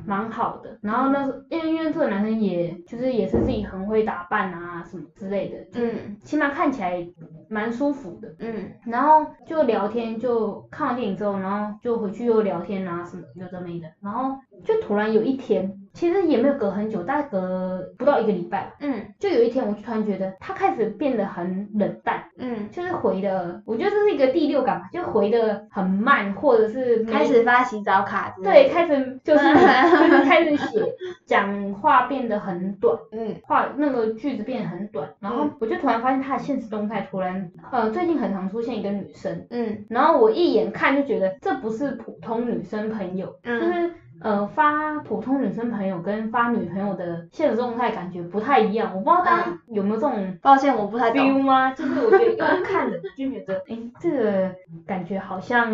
Speaker 2: 蛮好的。然后那时候，因为因为这个男生也就是也是自己很会打扮啊什么之类的，就
Speaker 1: 嗯
Speaker 2: 起码看起来蛮舒服的。
Speaker 1: 嗯
Speaker 2: 然后就聊天，就看完电影之后，然后就回去又聊天啊什么有的没的。然后就突然有一天，其实也没有隔很久，大概隔不到一个礼拜吧，
Speaker 1: 嗯
Speaker 2: 就有一天我就突然觉得他开始变得很冷淡。
Speaker 1: 嗯，
Speaker 2: 就是回的，我觉得这是一个第六感吧，就回的很慢，或者是没
Speaker 1: 开始发洗澡卡之类
Speaker 2: 对，
Speaker 1: 的，
Speaker 2: 开始就是 就是开始写，讲话变得很短，
Speaker 1: 嗯
Speaker 2: 话那个句子变得很短，然后我就突然发现他的现实动态突然，呃，最近很常出现一个女生，
Speaker 1: 嗯
Speaker 2: 然后我一眼看就觉得这不是普通女生朋友，就
Speaker 1: 嗯
Speaker 2: 是。呃，发普通女生朋友跟发女朋友的现实动态感觉不太一样，我不知道大家有没有这种
Speaker 1: 抱歉嗯我不太懂，
Speaker 2: feel 吗？就是我觉得用看的就觉得，哎、这个感觉好像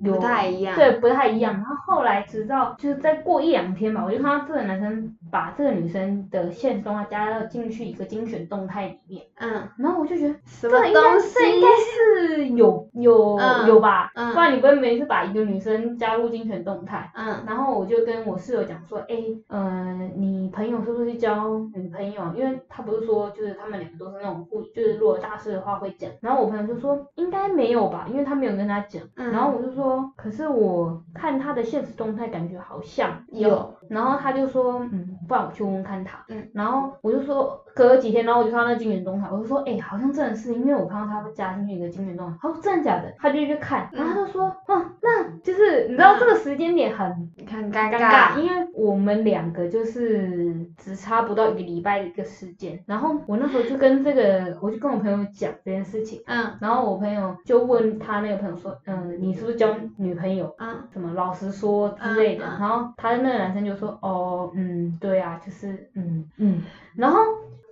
Speaker 2: 有
Speaker 1: 不太一样，
Speaker 2: 对不太一样。然后后来直到就是再过一两天吧，我就看到这个男生把这个女生的现实动态加到进去一个精选动态里面，
Speaker 1: 嗯，
Speaker 2: 然后我就觉得
Speaker 1: 什
Speaker 2: 这
Speaker 1: 么
Speaker 2: 应该
Speaker 1: 东西？
Speaker 2: 这应该是有有、
Speaker 1: 嗯
Speaker 2: 有吧？
Speaker 1: 嗯
Speaker 2: 不然你不会每次把一个女生加入精选动态。
Speaker 1: 嗯
Speaker 2: 然后我就跟我室友讲说，哎，呃，你朋友是不是交女朋友？因为他不是说就是他们两个都是那种互，就是如果大事的话会讲。然后我朋友就说应该没有吧，因为他没有跟他讲。
Speaker 1: 嗯
Speaker 2: 然后我就说，可是我看他的现实动态，感觉好像
Speaker 1: 有
Speaker 2: 然后他就说，嗯，不然我去问问看他。
Speaker 1: 嗯，
Speaker 2: 然后我就说，隔了几天，然后我就看到那金元动态，我就说，哎、好像真的是，因为我看到他加进去一个金元动态，他说真的假的？他就去看，然后他就说，哦、那就是你知道这个时间点很
Speaker 1: 很尴
Speaker 2: 嗯尴尬，因为我们两个就是只差不到一个礼拜的一个时间。然后我那时候就跟这个，我就跟我朋友讲这件事情，
Speaker 1: 嗯
Speaker 2: 然后我朋友就问他那个朋友说，嗯、你是不是交女朋友？
Speaker 1: 嗯
Speaker 2: 什么老实说之类的，
Speaker 1: 嗯嗯
Speaker 2: 然后他那个男生就说，哦，嗯，对啊，就是嗯嗯，然后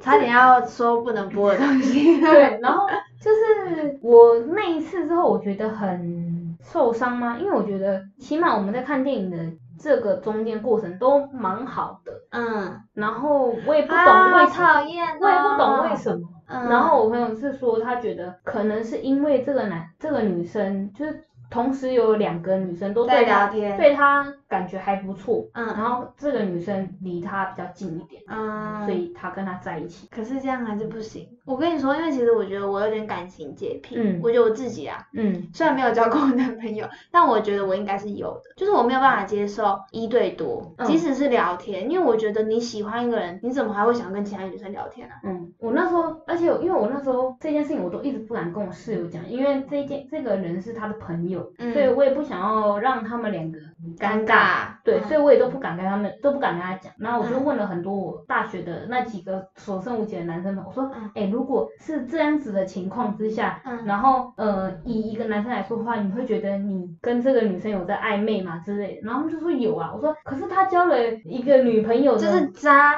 Speaker 1: 差点要说不能播的东 西，
Speaker 2: 对，然后就是我那一次之后，我觉得很受伤吗？因为我觉得起码我们在看电影的这个中间过程都蛮好的，
Speaker 1: 嗯，
Speaker 2: 然后我也不懂
Speaker 1: 啊
Speaker 2: 为
Speaker 1: 好
Speaker 2: 什么，
Speaker 1: 讨厌哦，
Speaker 2: 我也不懂为什么。
Speaker 1: 嗯，
Speaker 2: 然后我朋友是说，他觉得可能是因为这个男这个女生，就是同时有两个女生都
Speaker 1: 在
Speaker 2: 对他
Speaker 1: 聊天，
Speaker 2: 对他感觉还不错，
Speaker 1: 嗯
Speaker 2: 然后这个女生离他比较近一点，
Speaker 1: 嗯，
Speaker 2: 所以他跟他在一起。
Speaker 1: 可是这样还是不行。我跟你说，因为其实我觉得我有点感情洁癖，
Speaker 2: 嗯
Speaker 1: 我觉得我自己啊，
Speaker 2: 嗯
Speaker 1: 虽然没有交过男朋友，但我觉得我应该是有的，就是我没有办法接受一对多，
Speaker 2: 嗯
Speaker 1: 即使是聊天，因为我觉得你喜欢一个人，你怎么还会想跟其他女生聊天啊？
Speaker 2: 嗯，我那时候，而且因为我那时候这件事情我都一直不敢跟我室友讲，因为这件这个人是他的朋友，
Speaker 1: 嗯
Speaker 2: 所以我也不想要让他们两个尴
Speaker 1: 尬，嗯
Speaker 2: 尬。对，所以
Speaker 1: 以
Speaker 2: 我也都不敢跟他们，都不敢跟他讲。然后我就问了很多我大学的那几个所剩无几的男生们，我说，
Speaker 1: 嗯
Speaker 2: 哎、如果是这样子的情况之下，
Speaker 1: 嗯
Speaker 2: 然后呃，以一个男生来说的话，你会觉得你跟这个女生有在暧昧吗之类的？然后他们就说有啊，我说可是他交了一个女朋友呢，
Speaker 1: 就是渣，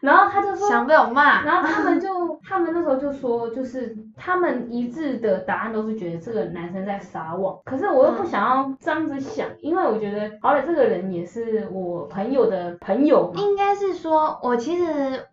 Speaker 2: 然后他就说，
Speaker 1: 想被我骂，
Speaker 2: 然后他们就他们那时候就说，就是他们一致的答案都是觉得这个男生在撒网，可是我
Speaker 1: 嗯
Speaker 2: 又不想要这样子想，因为我觉得好歹这个人也是我朋友的朋友嘛，
Speaker 1: 应该是说，我其实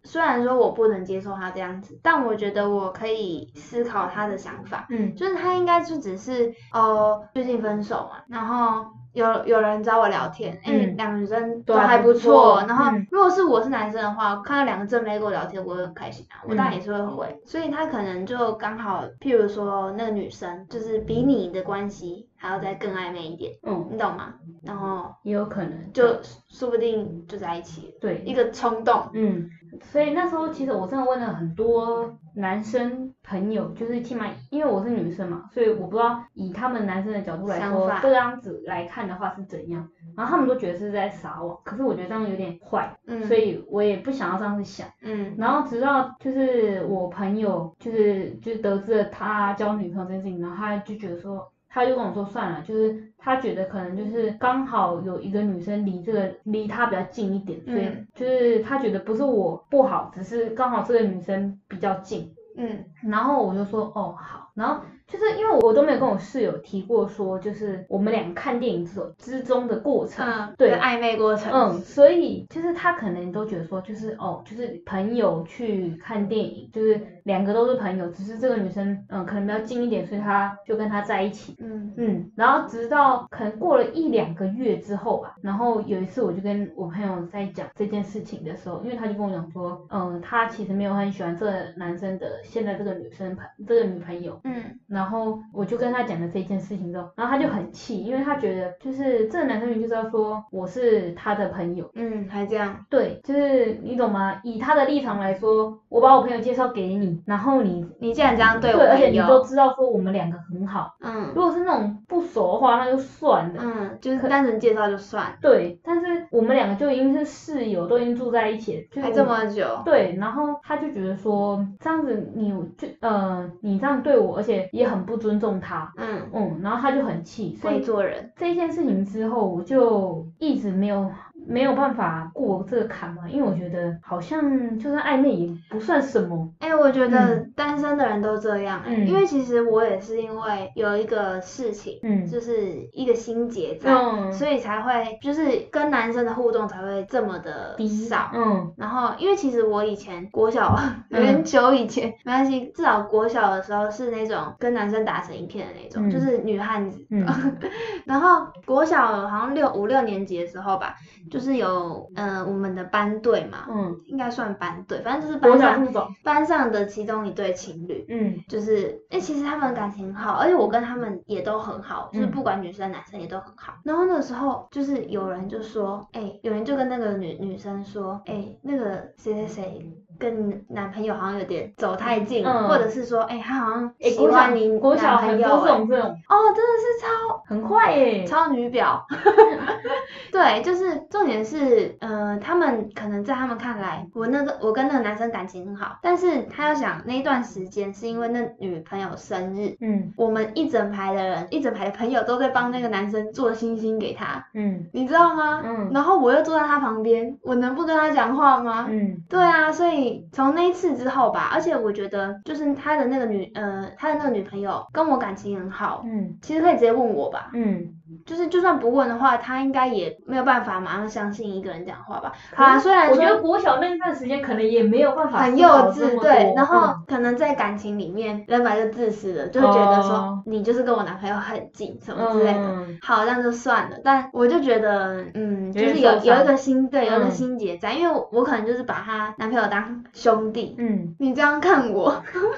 Speaker 1: 虽然说我不能接受他这样子，但我觉得我可以思考他的想法，
Speaker 2: 嗯
Speaker 1: 就是他应该就只是哦、呃最近分手嘛，然后有有人找我聊天，哎、
Speaker 2: 嗯
Speaker 1: 两个女生
Speaker 2: 都
Speaker 1: 都
Speaker 2: 还
Speaker 1: 还
Speaker 2: 不
Speaker 1: 不
Speaker 2: 错
Speaker 1: 错。然后
Speaker 2: 嗯
Speaker 1: 如果是我是男生的话，看到两个正妹跟我聊天，我会很开心啊，我当然
Speaker 2: 嗯
Speaker 1: 也是会回。所以他可能就刚好，譬如说那个女生就是比你的关系还要再更暧昧一点，
Speaker 2: 嗯，
Speaker 1: 你懂吗？然后
Speaker 2: 也有可能
Speaker 1: 就说不定就在一起了，
Speaker 2: 对，
Speaker 1: 一个冲动。
Speaker 2: 嗯，所以那时候其实我真的问了很多男生朋友，就是起码因为我是女生嘛，所以我不知道以他们男生的角度来说
Speaker 1: 想法
Speaker 2: 这样子来看的话是怎样，然后他们都觉得是在撒网，可是我觉得这样有点坏，
Speaker 1: 嗯，
Speaker 2: 所以我也不想要这样子想。
Speaker 1: 嗯
Speaker 2: 然后直到就是我朋友就是就是得知了他交女朋友这件事情，然后他就觉得说，他就跟我说算了，就是他觉得可能就是刚好有一个女生离这个离他比较近一点，所以
Speaker 1: 嗯
Speaker 2: 就是他觉得不是我不好，只是刚好这个女生比较近。
Speaker 1: 嗯
Speaker 2: 然后我就说哦好，然后就是因为我都没有跟我室友提过说，就是我们俩看电影这种之中的过程，
Speaker 1: 嗯，
Speaker 2: 对
Speaker 1: 这暧昧过程。
Speaker 2: 嗯，所以就是他可能都觉得说，就是哦，就是朋友去看电影，就是两个都是朋友，只是这个女生嗯可能比较近一点，所以他就跟他在一起。
Speaker 1: 嗯
Speaker 2: 嗯，然后直到可能过了一两个月之后吧，然后有一次我就跟我朋友在讲这件事情的时候，因为他就跟我讲说，嗯，他其实没有很喜欢这个男生的现在这个女生朋这个女朋友，
Speaker 1: 嗯
Speaker 2: 然后我就跟他讲了这件事情之后，然后他就很气，因为他觉得就是这个男生明明就知道说我是他的朋友，
Speaker 1: 嗯，还这样。
Speaker 2: 对，就是你懂吗？以他的立场来说，我把我朋友介绍给你，然后你
Speaker 1: 你竟然这样对我
Speaker 2: 而且
Speaker 1: 朋
Speaker 2: 你都
Speaker 1: 友，
Speaker 2: 知道说我们两个很好，如
Speaker 1: 嗯
Speaker 2: 果是那种不熟的话，那就算了。
Speaker 1: 嗯，就是单纯介绍就算了，
Speaker 2: 对，但是我们两个就已经是室友，都已经住在一起了，就是
Speaker 1: 还
Speaker 2: 我
Speaker 1: 这么久，
Speaker 2: 对，然后他就觉得说这样子你就呃你这样对我，而且也很不尊重他，
Speaker 1: 嗯，
Speaker 2: 嗯，然后他就很气，所
Speaker 1: 会
Speaker 2: 以
Speaker 1: 做人，
Speaker 2: 这件事情之后，我就一直没有没有办法过这个坎嘛，因为我觉得好像就算暧昧也不算什么，
Speaker 1: 哎、我觉得单身的人都这样、哎
Speaker 2: 嗯
Speaker 1: 因为其实我也是因为有一个事情，
Speaker 2: 嗯
Speaker 1: 就是一个心结在，
Speaker 2: 嗯
Speaker 1: 所以才会就是跟男生的互动才会这么的
Speaker 2: 低
Speaker 1: 少。
Speaker 2: 嗯
Speaker 1: 然后，因为其实我以前国小 有
Speaker 2: 嗯
Speaker 1: 点久以前，没关系，至少国小的时候是那种跟男生打成一片的那种，
Speaker 2: 嗯
Speaker 1: 就是女汉子。
Speaker 2: 嗯
Speaker 1: 然后国小好像六五六年级的时候吧，就是有嗯、呃我们的班队嘛，
Speaker 2: 嗯，
Speaker 1: 应该算班队，反正就是
Speaker 2: 我
Speaker 1: 班
Speaker 2: 想
Speaker 1: 上
Speaker 2: 这种，
Speaker 1: 班上的其中一对情侣，
Speaker 2: 嗯
Speaker 1: 就是哎、其实他们感情很好，而且我跟他们也都很好，
Speaker 2: 嗯
Speaker 1: 就是不管女生男生也都很好。然后那时候就是有人就说，哎、有人就跟那个女女生说，哎、那个谁谁谁。跟男朋友好像有点走太近，
Speaker 2: 嗯
Speaker 1: 或者是说，哎、他好像
Speaker 2: 哎、
Speaker 1: 喜
Speaker 2: 国小
Speaker 1: 欢你男朋友、
Speaker 2: 国小很多这
Speaker 1: 哎
Speaker 2: 种这种，
Speaker 1: 哦，真的是超
Speaker 2: 很快耶、
Speaker 1: 超女表，
Speaker 2: 嗯
Speaker 1: 对，就是重点是，呃，他们可能在他们看来，我那个我跟那个男生感情很好，但是他要想那一段时间是因为那女朋友生日，
Speaker 2: 嗯
Speaker 1: 我们一整排的人，一整排的朋友都在帮那个男生做星星给他，
Speaker 2: 嗯
Speaker 1: 你知道吗？
Speaker 2: 嗯
Speaker 1: 然后我又坐在他旁边，我能不跟他讲话吗？
Speaker 2: 嗯
Speaker 1: 对啊，所以从那一次之后吧，而且我觉得就是他的那个女，呃，他的那个女朋友跟我感情很好，
Speaker 2: 嗯
Speaker 1: 其实可以直接问我吧，
Speaker 2: 嗯，
Speaker 1: 就是就算不问的话，他应该也没有办法马上相信一个人讲话吧。
Speaker 2: 可
Speaker 1: 好啊，
Speaker 2: 是
Speaker 1: 虽然
Speaker 2: 我觉得
Speaker 1: 说
Speaker 2: 国小那段时间可能也没有办法
Speaker 1: 很
Speaker 2: 思
Speaker 1: 幼
Speaker 2: 考这
Speaker 1: 稚，
Speaker 2: 么
Speaker 1: 对，
Speaker 2: 多
Speaker 1: 然
Speaker 2: 嗯
Speaker 1: 后可能在感情里面，人本来就自私的，就会觉得
Speaker 2: 哦
Speaker 1: 说你就是跟我男朋友很近什么之类的。
Speaker 2: 嗯
Speaker 1: 好，那就算了。但我就觉得，嗯，就
Speaker 2: 有
Speaker 1: 是
Speaker 2: 点
Speaker 1: 有
Speaker 2: 受伤
Speaker 1: 有一个心，对，有一个
Speaker 2: 嗯
Speaker 1: 心结在，因为我我可能就是把她男朋友当兄弟，
Speaker 2: 嗯，
Speaker 1: 你这样看我，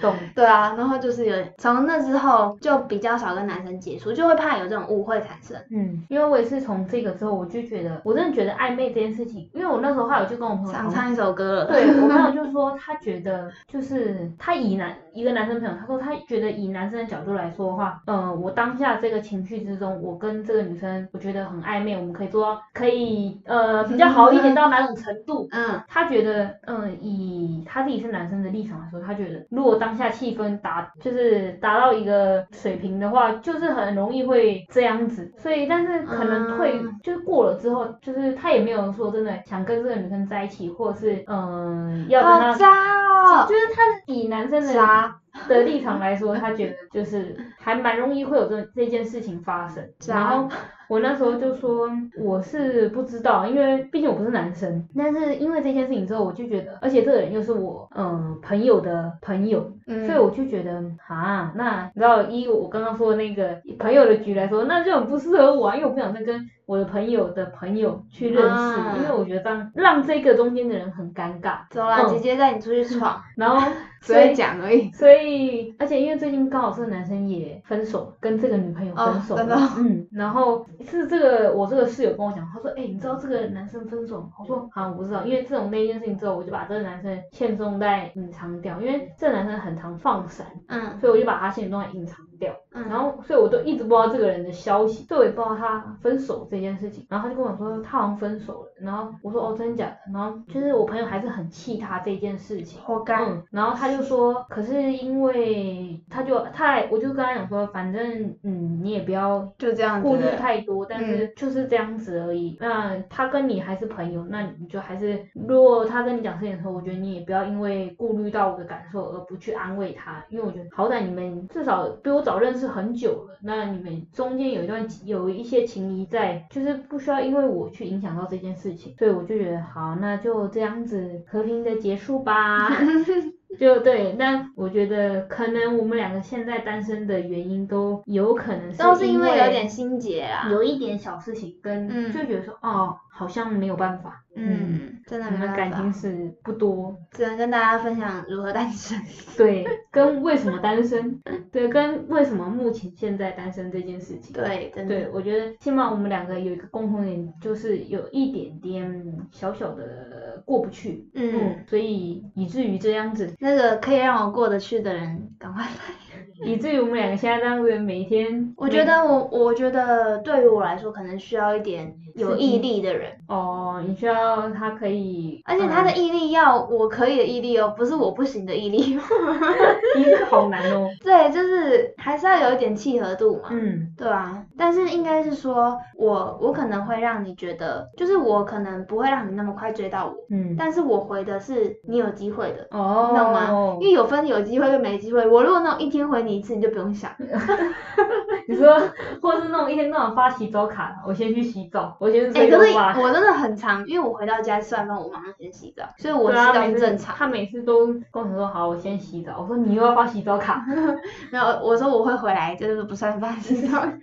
Speaker 2: 懂，
Speaker 1: 对啊，然后就是有从那之后就比较少跟男生接触，就会怕有这种误会产生。
Speaker 2: 嗯，因为我也是从这个之后，我就觉得，我真的觉得暧昧这件事情，因为我那时候还有就跟我朋友讨
Speaker 1: 想
Speaker 2: 论，
Speaker 1: 唱一首歌了，
Speaker 2: 对我朋友就说他觉得就是他以男一个男生朋友，他说他觉得以男生的角度来说的话，呃，我当下这个情绪之中，我跟这个女生我觉得很暧昧，我们可以做到可以呃比较好一点到哪种程度。
Speaker 1: 嗯
Speaker 2: 他觉得，嗯，以他自己是男生的立场来说，他觉得如果当下气氛达就是达到一个水平的话，就是很容易会这样子。所以，但是可能退、
Speaker 1: 嗯
Speaker 2: 就是过了之后，就是他也没有说真的想跟这个女生在一起，或者是嗯、呃要跟
Speaker 1: 好
Speaker 2: 他、
Speaker 1: 渣哦，
Speaker 2: 就是他以男生的
Speaker 1: 渣，
Speaker 2: 的立场来说，他觉得就是还蛮容易会有这这件事情发生。
Speaker 1: 是啊
Speaker 2: 然后我那时候就说我是不知道，因为毕竟我不是男生。但是因为这件事情之后，我就觉得，而且这个人又是我嗯、呃朋友的朋友，
Speaker 1: 嗯，
Speaker 2: 所以我就觉得啊，那你知道，依我刚刚说的那个朋友的局来说，那就很不适合我啊，因为我不想再跟我的朋友的朋友去认识，
Speaker 1: 啊
Speaker 2: 因为我觉得这样让这个中间的人很尴尬。
Speaker 1: 走啦，
Speaker 2: 嗯
Speaker 1: 姐姐带你出去闯，
Speaker 2: 然后
Speaker 1: 只
Speaker 2: 所
Speaker 1: 会
Speaker 2: 以
Speaker 1: 讲而已。
Speaker 2: 所以，而且因为最近刚好这个男生也分手，跟这个女朋友分手
Speaker 1: 哦
Speaker 2: 了，
Speaker 1: 真的哦
Speaker 2: 嗯，然后是这个我这个室友跟我讲，他说，哎、你知道这个男生分手吗？我说，啊，我不知道，因为自从那件事情之后，我就把这个男生欠中贷隐藏掉，因为这个男生很常放闪，
Speaker 1: 嗯
Speaker 2: 所以我就把他欠中贷隐藏掉。
Speaker 1: 嗯，
Speaker 2: 然后，所以我都一直不知道这个人的消息，所以我也不知道他分手这件事情。然后他就跟我说他好像分手了，然后我说哦真假的，然后就是我朋友还是很气他这件事情。
Speaker 1: 活该。
Speaker 2: 嗯，然后他就说，可是因为他就他还我就跟他讲说，反正嗯你也不要
Speaker 1: 就这样
Speaker 2: 顾
Speaker 1: 子嗯
Speaker 2: 虑，太多，但是就是这样子而已。那他跟你还是朋友，那你就还是，如果他跟你讲事情的时候，我觉得你也不要因为顾虑到我的感受而不去安慰他，因为我觉得好歹你们至少比我早认识很久了，那你们中间有一段有一些情谊在，就是不需要因为我去影响到这件事情，所以我就觉得好，那就这样子和平的结束 吧。就对，但我觉得可能我们两个现在单身的原因都有可能是
Speaker 1: 都是因
Speaker 2: 因
Speaker 1: 为有点心结啊啦。
Speaker 2: 有一点小事情跟，
Speaker 1: 嗯
Speaker 2: 就觉得说哦，好像没有办法，
Speaker 1: 嗯，真的
Speaker 2: 我
Speaker 1: 没
Speaker 2: 们
Speaker 1: 办
Speaker 2: 感情
Speaker 1: 法，
Speaker 2: 史不多，
Speaker 1: 只能跟大家分享如何单身。
Speaker 2: 对，跟为什么单身，对，跟为什么目前现在单身这件事情，
Speaker 1: 对，真的。
Speaker 2: 对，我觉得起码我们两个有一个共同点，就是有一点点小小的过不去，
Speaker 1: 嗯，，
Speaker 2: 所以以至于这样子，
Speaker 1: 那个可以让我过得去的人，赶快来。
Speaker 2: 以至于我们两个现在这样子，每天，
Speaker 1: 嗯我觉得我，我觉得对于我来说，可能需要一点有
Speaker 2: 刺激
Speaker 1: 毅力的人，
Speaker 2: 哦，你需要他可以，
Speaker 1: 而且他
Speaker 2: 嗯
Speaker 1: 的毅力要我可以的毅力哦，不是我不行的毅力。
Speaker 2: 你这个好难哦，
Speaker 1: 对，就是还是要有一点契合度嘛。
Speaker 2: 嗯
Speaker 1: 对啊，但是应该是说，我我可能会让你觉得，就是我可能不会让你那么快追到我，
Speaker 2: 嗯，
Speaker 1: 但是我回的是你有机会的，
Speaker 2: 哦，
Speaker 1: 你懂吗？因为有分有机会跟没机会。我如果那种一天回你一次，你就不用 想。
Speaker 2: 你说，或是那种一天到晚发洗澡卡，我先去洗澡，我先
Speaker 1: 哎、
Speaker 2: 追
Speaker 1: 可
Speaker 2: 个
Speaker 1: 是
Speaker 2: 吧。
Speaker 1: 我真的很常，因为我回到家吃完饭，我马上先洗澡，所以我
Speaker 2: 对
Speaker 1: 洗
Speaker 2: 啊
Speaker 1: 澡
Speaker 2: 每
Speaker 1: 是
Speaker 2: 次
Speaker 1: 正常。
Speaker 2: 他每次都跟我说好，我先洗澡。我说你又要发洗 澡卡，
Speaker 1: 没有，我说我会回来，就是不算饭洗澡。
Speaker 2: 嗯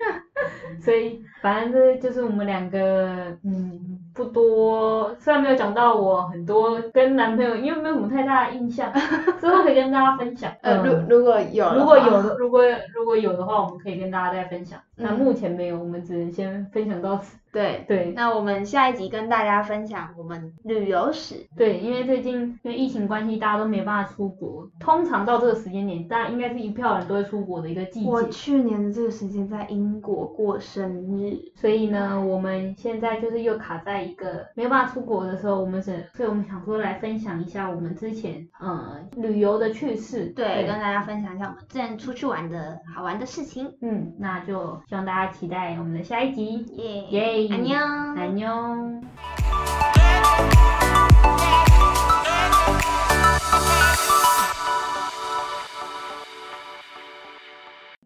Speaker 2: 所以反正这就是我们两个，嗯，不多。虽然没有讲到我很多跟男朋友，因为没有什么太大的印 象，之后可以跟大家分享。
Speaker 1: 呃，
Speaker 2: 嗯
Speaker 1: 如如果有的话，
Speaker 2: 如果有的，如果如果有的话，我们可以跟大家再分享。那
Speaker 1: 嗯
Speaker 2: 目前没有，我们只能先分享到此。
Speaker 1: 对，
Speaker 2: 对，
Speaker 1: 那我们下一集跟大家分享我们旅游史。
Speaker 2: 对，因为最近因为疫情关系，大家都没办法出国。通常到这个时间点，大家应该是一票人都会出国的一个季
Speaker 1: 我
Speaker 2: 节。
Speaker 1: 去年的这个时间在英国过生日，
Speaker 2: 所以呢，我们现在就是又卡在一个没有办法出国的时候，我们只所以我们想说来分享一下我们之前呃旅游的趣事。
Speaker 1: 对，跟大家分享一下我们之前出去玩的好玩的事情。
Speaker 2: 嗯，那就希望大家期待我们的下一集。
Speaker 1: 耶，
Speaker 2: 耶
Speaker 1: 安妞。
Speaker 2: 安妞。